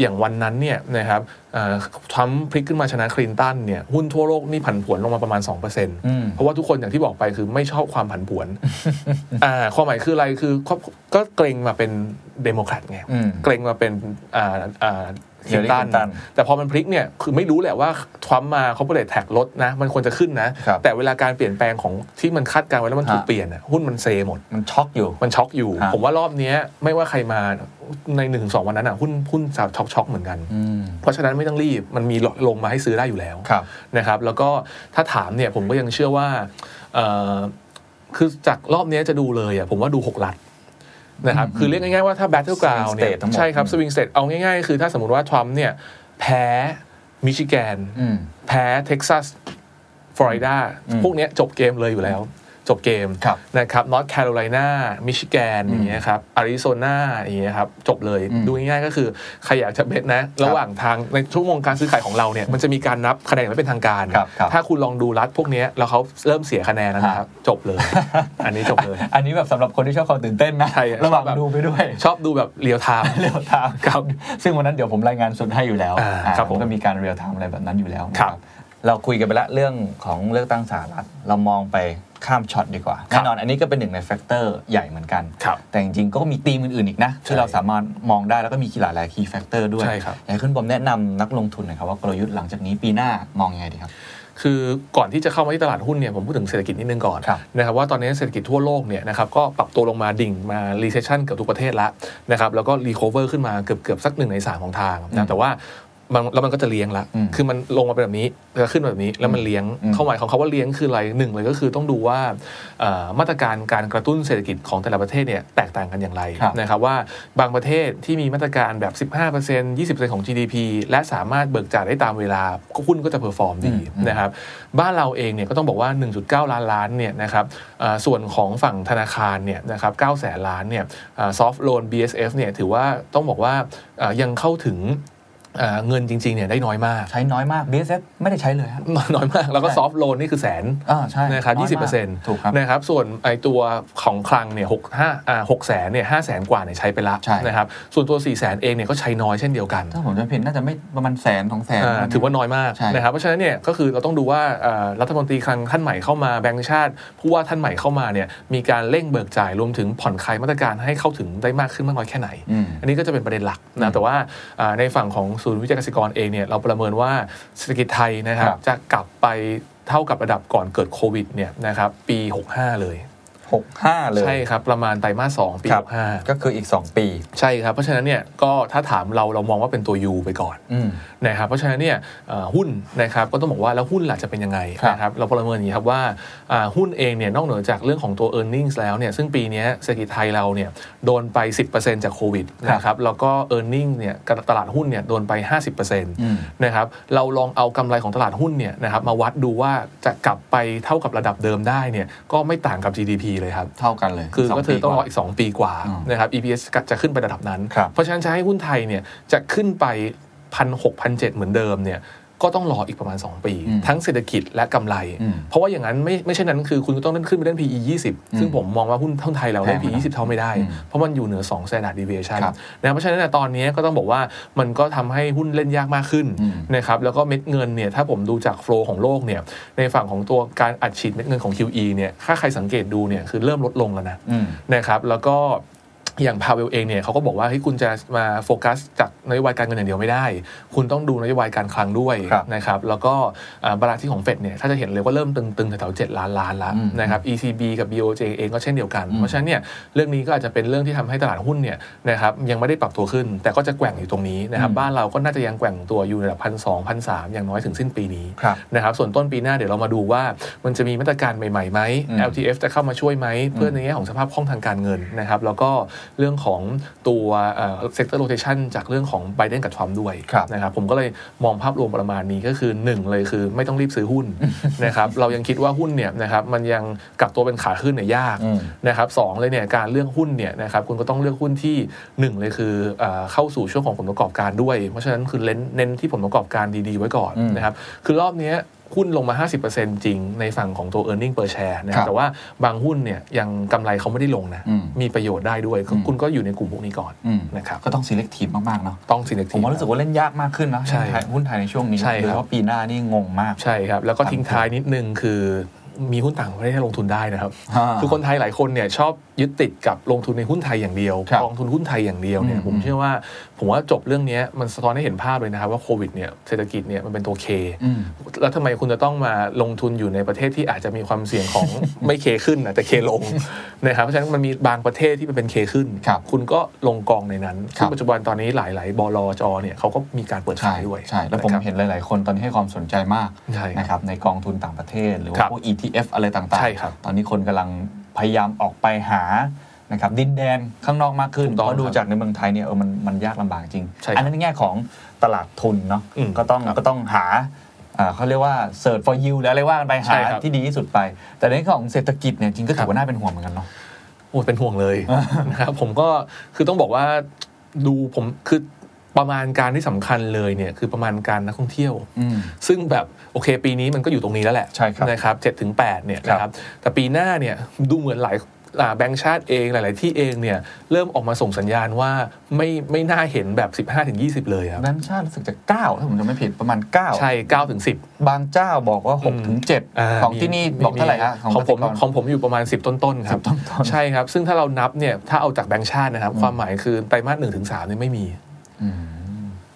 อย่างวันนั้นเนี่ยนะครับเอ่อทรัมป์พลิกขึ้นมาชนะคลินตันเนี่ยหุ้นทั่วโลกนี่ผันผวนลงมาประมาณ 2%
อืม
เพราะว่าทุกคนอย่างที่บอกไปคือไม่ชอบความผันผวน อ่าความหมายคืออะไรคือก็ก็เกรงมาเป็นเดโมแครตไง
อืม
เกรงมาเป็นอ่าอ่าคลิน
Hillary
ตัน
Clinton
แต่พอมันพลิกเนี่ยคือไม่รู้แหละว่าทรัมป์มาเขาเปลี่ยนแท็กลดนะ มันควรจะขึ้นนะ
ครับ
แต่เวลาการเปลี่ยนแปลงของที่มันคาดการณ์ไว้แล้วมันถูกเปลี่ยนอะหุ้นมันเซหมด
มันช็อกอยู่
มันช็อกอยู่
ครับ
ผมว่ารอบเนี้ยไม่ว่าใครมาในหนึ่งสองวันนั้นอ่ะหุ้นหุ้นจะช็อกช็อกเหมือนกัน
อืม
เพราะฉะนั้นไม่ต้องรีบมันมีลงมาให้ซื้อได้อยู่แล้ว
ครับ
นะครับ แล้วก็ถ้าถามเนี่ยผมก็ยังเชื่อว่าเอ่อคือจากรอบเนี้ยจะดูเลยอ่ะผมว่าดู 6 ลัดนะครับ คือเรียกง่ายๆว่าถ้า battle ground
Swing
เนี่ย
state ทั้งหมด
ใช่ครับ swing state เอาง่ายๆ คือถ้าสมมติว่าทรัมป์เนี่ยแพ้มิชิแกน
อืม
แพ้เท็กซัส ฟลอริดา
อืม
พวกเนี้ยจบเกมเลยอยู่แล้ว จบเกม
ครับ
นะครับนอร์ทแคโรไลนามิชิแกน
อืม
อย่างเงี้ยครับอาริโซนาอย่างเงี้ยครับจบเลย
อืม
ดูง่ายๆก็คือใครอยากจะเบ็ดนะ ระหว่างทางในชั่วโมงการซื้อขายของเราเนี่ยมันจะมีการนับคะแนนอย่างไม่เป็นทางการ
ครับครับ
ถ้าคุณลองดูรัฐพวกเนี้ยแล้วเขาเริ่มเสียคะแนนแล้วนะครับจบเลย อันนี้จบเลย
อันนี้แบบสำหรับคนที่ชอบความตื่นเต้นนะ
ใช่อะ
ระหว่าง
ชอบแบบ
ดูไปด้วย
ชอบดูแบบเรียลไทม์
เรียลไทม์
ครับ
ซึ่งวันนั้นเดี๋ยวผมรายงานสดให้อยู่แล้ว
อ่า
อ่า
ครับผม
นก็มีการเรียลไทม์อะไรแบบนั้นอยู่แล้วนะครับ เราคุยกันไปละเรื่องของเลือกตั้งสหรัฐเรามองไปข้ามช็อตดีกว่า
ครับ
แน่นอนอันนี้ก็เป็นหนึ่งในแฟกเตอร์ใหญ่เหมือนกัน
ครับ
แต่จริงๆก็มีธีมอื่นๆอีกนะ
ใช่
ที่เราสามารถมองได้แล้วก็มีหลายๆคีย์แฟกเตอร์ด้วย
ใช่ครับ
อยากให้คุณบอมแนะนำนักลงทุนหน่อยครับว่ากลยุทธ์หลังจากนี้ปีหน้ามองยังไงดีครับ
คือก่อนที่จะเข้ามาที่ตลาดหุ้นเนี่ยผมพูดถึงเศรษฐกิจนิดนึงก่อน
ครับ
นะครับว่าตอนนี้เศรษฐกิจทั่วโลกเนี่ยนะครับก็ปรับตัวลงมาดิ่งมารีเซชชันเกือบทุกประเทศละนะครับแล้วก็รีค o เวอร์ขึ้นมาเกือบเกือบสักหนึ่งในสามของทาง
อืม
นะแต่ว่ามันแล้วมันก็จะเลี้ยงละ
อืม
คือมันลงมาเป็นแบบนี้แล้วขึ้นมาแบบนี้แล้วมันเลี้ยง
อืม
เข้าหมายของเขาว่าเลี้ยงคืออะไรหนึ่งเลยก็คือต้องดูว่าเอ่อมาตรการการกระตุ้นเศรษฐกิจของแต่ละประเทศเนี่ยแตกต่างกันอย่างไร
ครับ
นะครับว่าบางประเทศที่มีมาตรการแบบ 15% 20%ของ GDP และสามารถเบิกจ่ายได้ตามเวลาหุ้นก็จะเพอร์ฟอร์มดี
อืม
นะครับบ้านเราเองเนี่ยก็ต้องบอกว่า 1.9 ล้านล้านเนี่ยนะครับอ่าส่วนของฝั่งธนาคารเนี่ยนะครับ9แสนล้านเนี่ยซอฟท์โลน BSF เนี่ยถือว่าต้องบอกว่าอ่ายังเข้าถึงอ่าเงินจริงๆเนี่ยได้น้อยมาก
ใช้น้อยมาก BSF ไม่ได้ใช้เลยครับ
น้อยมากแล้วก็ซอฟท์โลนนี่คือแสน
อ่าใช่
นะครับ
อยมาก
20%เ
ถูกครับ
นะครับ ส่วนไอตัวของคลังเนี่ยหกห้าอ่าหกแสนเนี่ยห้าแสนกว่าเนี่ยใช้ไปละ
ใช่
นะครับ ส่วนตัว4ี่แสนเองเนี่ยก็ใช้น้อยเช่นเดียวกัน
ถ้าผมจำเป็นน่าจะไม่ประมาณแสนสองแสน
อ่าถือว่าน้อยมาก
ใช่
นะครับเพราะฉะนั้นเนี่ยก็คือเราต้องดูว่าเอ่อรัฐมนตรีคลังท่านใหม่เข้ามาแบงก์ชาติผู้ว่าท่านใหม่เข้ามาเนี่ยมีการเร่งเบิกจ่ายรวมถึงผ่อนคลายมาตรการให้เข้าถึงได้มากขึ้นมากน้อยแค่ไหน
อืม
อันนี้ก็จะเป็นประเด็นหลัก
อื
นะ
ม
แต่ว่าอ่าในฝั่งของศูนย์วิจัยเกษตรกรเองเนี่ยเราประเมินว่าเศรษฐกิจไทยนะครับ
ครับ
จะกลับไปเท่ากับระดับก่อนเกิดโควิดเนี่ยนะครับปี 65 เลย
หกห้าเลย
ใช่ครับประมาณไตรมาสสองปี
ครับ
65
ก็คืออีกสองปี
ใช่ครับ เพราะฉะนั้นเนี่ยก็ถ้าถามเราเรามองว่าเป็นตัว U ไปก่อน
อืม
นะครับเพราะฉะนั้นเนี่ยเอ่อหุ้นนะครับก็ต้องบอกว่าแล้วหุ้นล่ะจะเป็นยังไง
ครับ
นะครับเราประเมินอย่างนี้ครับว่าอ่าหุ้นเองเนี่ยนอกเหนือจากเรื่องของตัว e a r n i n g ็แล้วเนี่ยซึ่งปีเนี้ยเศรษฐกิจไทยเราเนี่ยโดนไป 10%จากโควิด
ครับ
นะครับแล้วก็ e a r n i n g เนี่ยตลาดหุ้นเนี่ยโดนไป 50%น
อืม
ะครับเราลองเอากำไรของตลาดหุ้นเนี่ยนะครับมาวัดดูว่าจะกลับไปเท่ากับระดับเดิมได้เนี่ยก็ไม่ต่างกับ GDP เลยครับ
เท่ากันเลย
คือก็คือ
สปี
ต้องรอก
ว่า
อีก 2 ปีกว่า
อืม
นะครับ EPS ก็จะขึ้นไประดับนั้น
ครับ
เพราะฉะนั้นจะให้หุ้นไทยเนี่ยจะขึ้นไปพันหกพันเเหมือนเดิมเนี่ยก็ต้องรออีกประมาณ 2 ปี
อืม
ทั้งเศรษฐกิจและกำไร
อืม
เพราะว่าอย่างนั้นไม่ไม่ใช่นั้นคือคุณก็ต้องเล่นขึ้นไปเล่น PE 20 ซึ่งผมมองว่าหุ้นหุ้นไทยเราเล่น
แพง
PE
นะ
20 เท่าไม่ได้
อืม
เพราะมันอยู่เหนือ2 standard deviation
ครับ
นะเพราะฉะนั้นเนยตอนนี้ก็ต้องบอกว่ามันก็ทำให้หุ้นเล่นยากมากขึ้น
อืม
นะครับแล้วก็เม็ดเงินเนี่ยถ้าผมดูจากโฟลของโลกเนี่ยในฝั่งของตัวการอัดฉีดเม็ดเงินของ QE เนี่ยถ้าใครสังเกตดูเนี่ยคือเริ่มลดลงแล้วนะ
อืม
นะครับแล้วก็อย่างพาเวลเองเนี่ยเขาก็บอกว่าเฮ้ยคุณจะมาโฟกัสจากนโยบายการเงินอย่างเดียวไม่ได้ คุณต้องดูนโยบายการคลังด้วย
ครับ
นะครับแล้วก็อ่าบาลานซ์ที่ของเฟดเนี่ยถ้าจะเห็นเลยว่าเริ่มตึงๆแถวๆ7ล้านล้านแล้ว
อืม
นะครับ ECB กับ BOJ เองก็เช่นเดียวกัน
อืม
เพราะฉะนั้นเนี่ยเรื่องนี้ก็อาจจะเป็นเรื่องที่ทำให้ตลาดหุ้นเนี่ยนะครับยังไม่ได้ปรับตัวขึ้น แต่ก็จะแกว่งอยู่ตรงนี้นะครับบ้านเราก็น่าจะยังแกว่งตัวอยู่ในระดับพันสองพันสามอย่างน้อยถึงสิ้นปีนี้
ครับ
นะครับส่วนต้นปีหน้าเดี๋ยวเรามาดูว่ามันจะมีมาตรการใหม่ๆไหม
อืม
LTF จะเข้ามาช่วยไหม เพื่อในแง่ของสภาพคล่องทางการเงินนะครับแล้วก็เรื่องของตัวเซกเตอร์โรเทชันจากเรื่องของไบเดนกับทรัมป์ด้วย
ครับ
นะครับผมก็เลยมองภาพรวมประมาณนี้ก็คือ 1 เลยคือไม่ต้องรีบซื้อหุ้น นะครับเรายังคิดว่าหุ้นเนี่ยนะครับมันยังกลับตัวเป็นขาขึ้นเนี่ยยาก
อืม
นะครับสองเลยเนี่ยการเลือกหุ้นเนี่ยนะครับคุณก็ต้องเลือกหุ้นที่หนึ่งเลยคือเอ่อเข้าสู่ช่วงของผลประกอบการด้วย เพราะฉะนั้นคือเน้นเน้นที่ผลประกอบการดีๆไว้ก่อน
อืม
นะครับ นะครับคือรอบเนี้ยหุ้นลงมา 50%จริงในฝั่งของตัว e a r n i n g per share นะค
ครั
รั
บบ
แต่ว่าบางหุ้นเนี่ยยังกำไรเขาไม่ได้ลงนะ
อืม
มีประโยชน์ได้ด้วยก็
อืม
คุณก็อยู่ในกลุ่มพวกนี้ก่อน
อืม
นะครับ
ก็ต้อง selective มาก ๆ เนาะ
ต้อง selective
ผมว่ารู้สึกว่าเล่นยากมากขึ้นนะ
ใช่
หุ้นไทยหุ้นไทยในช่วงนี้
ใช่
โดยเฉ
ครับ
พาะปีหน้านี่งงมาก
ใช่ครับ แล้วก็ทิ้งท้ายนิดนึงคือมีหุ้นต่างประเทศให้ลงทุนได้นะครับ
อ่า
คือคนไทยหลายคนเนี่ยชอบยึดติดกับลงทุนในหุ้นไทยอย่างเดียว
ครับ
กองทุนหุ้นไทยอย่างเดียวเนี่
อื
ย
ม
ผมเชื่อว่าผมว่าจบเรื่องเนี้ยมันสะท้อนให้เห็นภาพเลยนะครับว่าโควิดเนี่ยเศรษฐกิจเนี่ยมันเป็นตัวเค
อืม
แล้วทำไมคุณจะต้องมาลงทุนอยู่ในประเทศที่อาจจะมีความเสี่ยงของ ไม่เคขึ้นนะแต่เคลงนะครับเพราะฉะนั้นมันมีบางประเทศที่มันเป็นเคขึ้น
ครับ
คุณก็ลงกองในนั้น
ครับ
ซึ่งปัจจุบันตอนนี้หลาย ๆ บลจเนี่ยเขาก็มีการเปิดขายด้วย
ใช่ แล้วผม
นะครับ
เห็นหลาย ๆ คนตอนนี้ให้ความสนใจมาก
ใช่ครับ
นะครับในกองทุนต่างประเทศ หรือ
ค
ว่า
รับ
พวก ETF อะไรต่าง
ใช่ครับ
ๆ ตอนนี้คนกำลังพยายามออกไปหานะครับดินแดนข้างนอกมากขึ้น
ถูก
เพ
ต้อง
ราะดูจากในเมืองไทยเนี่ยเออมันมันยากลำบากจริง
ใช่ครับ
อันั้นในแง่ของตลาดทุนเนาะ
อืม
ก็ต้อง
ครับ
ก็ต้องหา อ่าเขาเรียกว่า search for you หรืออะไรว่ากันไป
ใช่
หา
ครับ
ที่ดีที่สุดไป แต่ในเรื่องของเศรษฐกิจเนี่ยจริงก็
ครั
ถื
บ
อว่าน่าเป็นห่วงเหมือนกันเนาะ
โอ้ยเป็นห่วงเลย นะครับผมก็คือต้องบอกว่าดูผมคือประมาณการที่สำคัญเลยเนี่ยคือประมาณการนักท่องเที่ยว ซึ่งแบบโอเคปีนี้มันก็อยู่ตรงนี้แล้วแหละ
ใช่ครับ
นะครับเจ็ดถึงแปดเนี่ย
ครับ
นะครับแต่ปีหน้าเนี่ยดูเหมือนหลายอ่าแบงก์ชาติเองหลาย ๆ ที่เองเนี่ยเริ่มออกมาส่งสัญญาณว่าไม่ไม่น่าเห็นแบบ 15-20 เลยครับ
แบงค์ชาติรู้สึกจะ9ถ้าผมจำไม่ผิดประมาณ 9
ใช่9ถึง10
บางเจ้าบอกว่า
อืม
6ถึง7ของที่นี่บอกเท่าไหร่ฮะ
ของผม
กสิกร
ของผมอยู่ประมาณ 10 ต้นๆครับ
10ต้นๆ
ใช่ครับซึ่งถ้าเรานับเนี่ยถ้าเอาจากแบงก์ชาตินะครับความหมายคือไตรมาสหนึ่งถึงสามเนี่ยไม่มี
อืม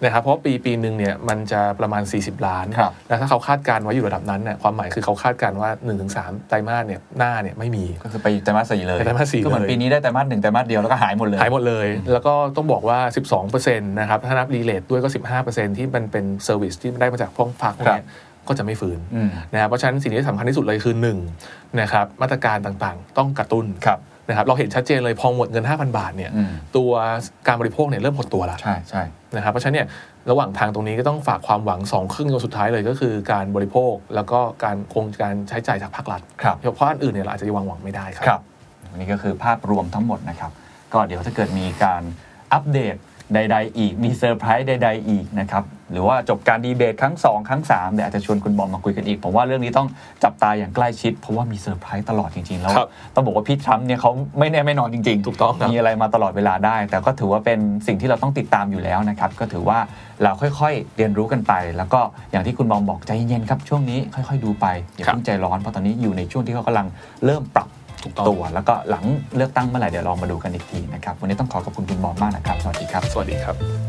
นะครับเพราะว่าปีปีหนึ่งเนี่ยมันจะประมาณ 40 ล้าน
ครับ
แล้วถ้าเขาคาดการณ์ไว้อยู่ระดับนั้นเนี่ยความหมายคือเขาคาดการณ์ว่า 1-3 ไตรมาสเนี่ยหน้าเนี่ยไม่มี
ก็คือไปไตรมาสสี่เลย
ไปไตรมาสสี่
ก็เหมือน
เลย
ปีนี้ได้ไตรมาสหนึ่งไตรมาสเดียวแล้วก็หายหมดเลย
หายหมดเลย แล้วก็ต้องบอกว่า 12%นะครับถ้านับรีเลทด้วยก็ 15%ที่มันเป็นเซอร์วิสที่ได้มาจากพวกพัก
ครับ
เนี่ยก็จะไม่ฟื้น
อืม
นะครับเพราะฉะนั้นสิ่งที่สำคัญที่สุดเลยคือ1นะครับมาตรการต่างๆ ต้องกระตุ้น
ครับ
นะครับเราเห็นชัดเจนเลยพอหมดเงิน 5,000 บาทเนี่ย
อืม
ตัวการบริโภคเนี่ยเริ่มหดตัวละ
ใช่ใช่
นะครับเพราะฉะนั้นเนี่ยระหว่างทางตรงนี้ก็ต้องฝากความหวัง 2 ครึ่งยนสุดท้ายเลยก็คือการบริโภค แล้วก็การคงการใช้จ่ายจากภาครัฐ
ครับ
เพราะอันอื่นเนี่ยเราอาจจะยังวางหวังไม่ได้ครั
ครับอันนี้ก็คือภาพรวมทั้งหมดนะครับ ก็เดี๋ยวถ้าเกิดมีการอัปเดตใด ๆ อีก มีเซอร์ไพรส์ใด ๆ อีกนะครับ หรือว่าจบการดีเบตครั้ง 2 ครั้ง3เดี๋ยวอาจจะชวนคุณบอมมาคุยกันอีก ผมว่าเรื่องนี้ต้องจับตาอย่างใกล้ชิด เพราะว่ามีเซอร์ไพรส์ตลอดจริง ๆ แล้ว
ครับ
ต้องบอกว่าพี่ทรัมป์เนี่ยเขาไม่แน่ไม่นอนจริงๆ
ถูกต้องครับ
มีอะไรมาตลอดเวลาได้ แต่ก็ถือว่าเป็นสิ่งที่เราต้องติดตามอยู่แล้วนะครับ ก็ถือว่าเราค่อยๆ เรียนรู้กันไป แล้วก็อย่างที่คุณบอมบอกใจเย็นๆครับช่วงนี้ค่อย ๆ ดูไปอย่าเพิ่งใจร้อนเพราะตอนนี้อยู่ในช่วงที่เขากำลังเริ่มปรับ
ถูกต้อง
ตัวแล้วก็หลังเลือกตั้งเมื่อไหร่เดี๋ยวลองมาดูกันอีกทีนะครับ วันนี้ต้องขอขอบคุณคุณบอมมากนะครับ สวัสดีครับ
สวัสดีครับ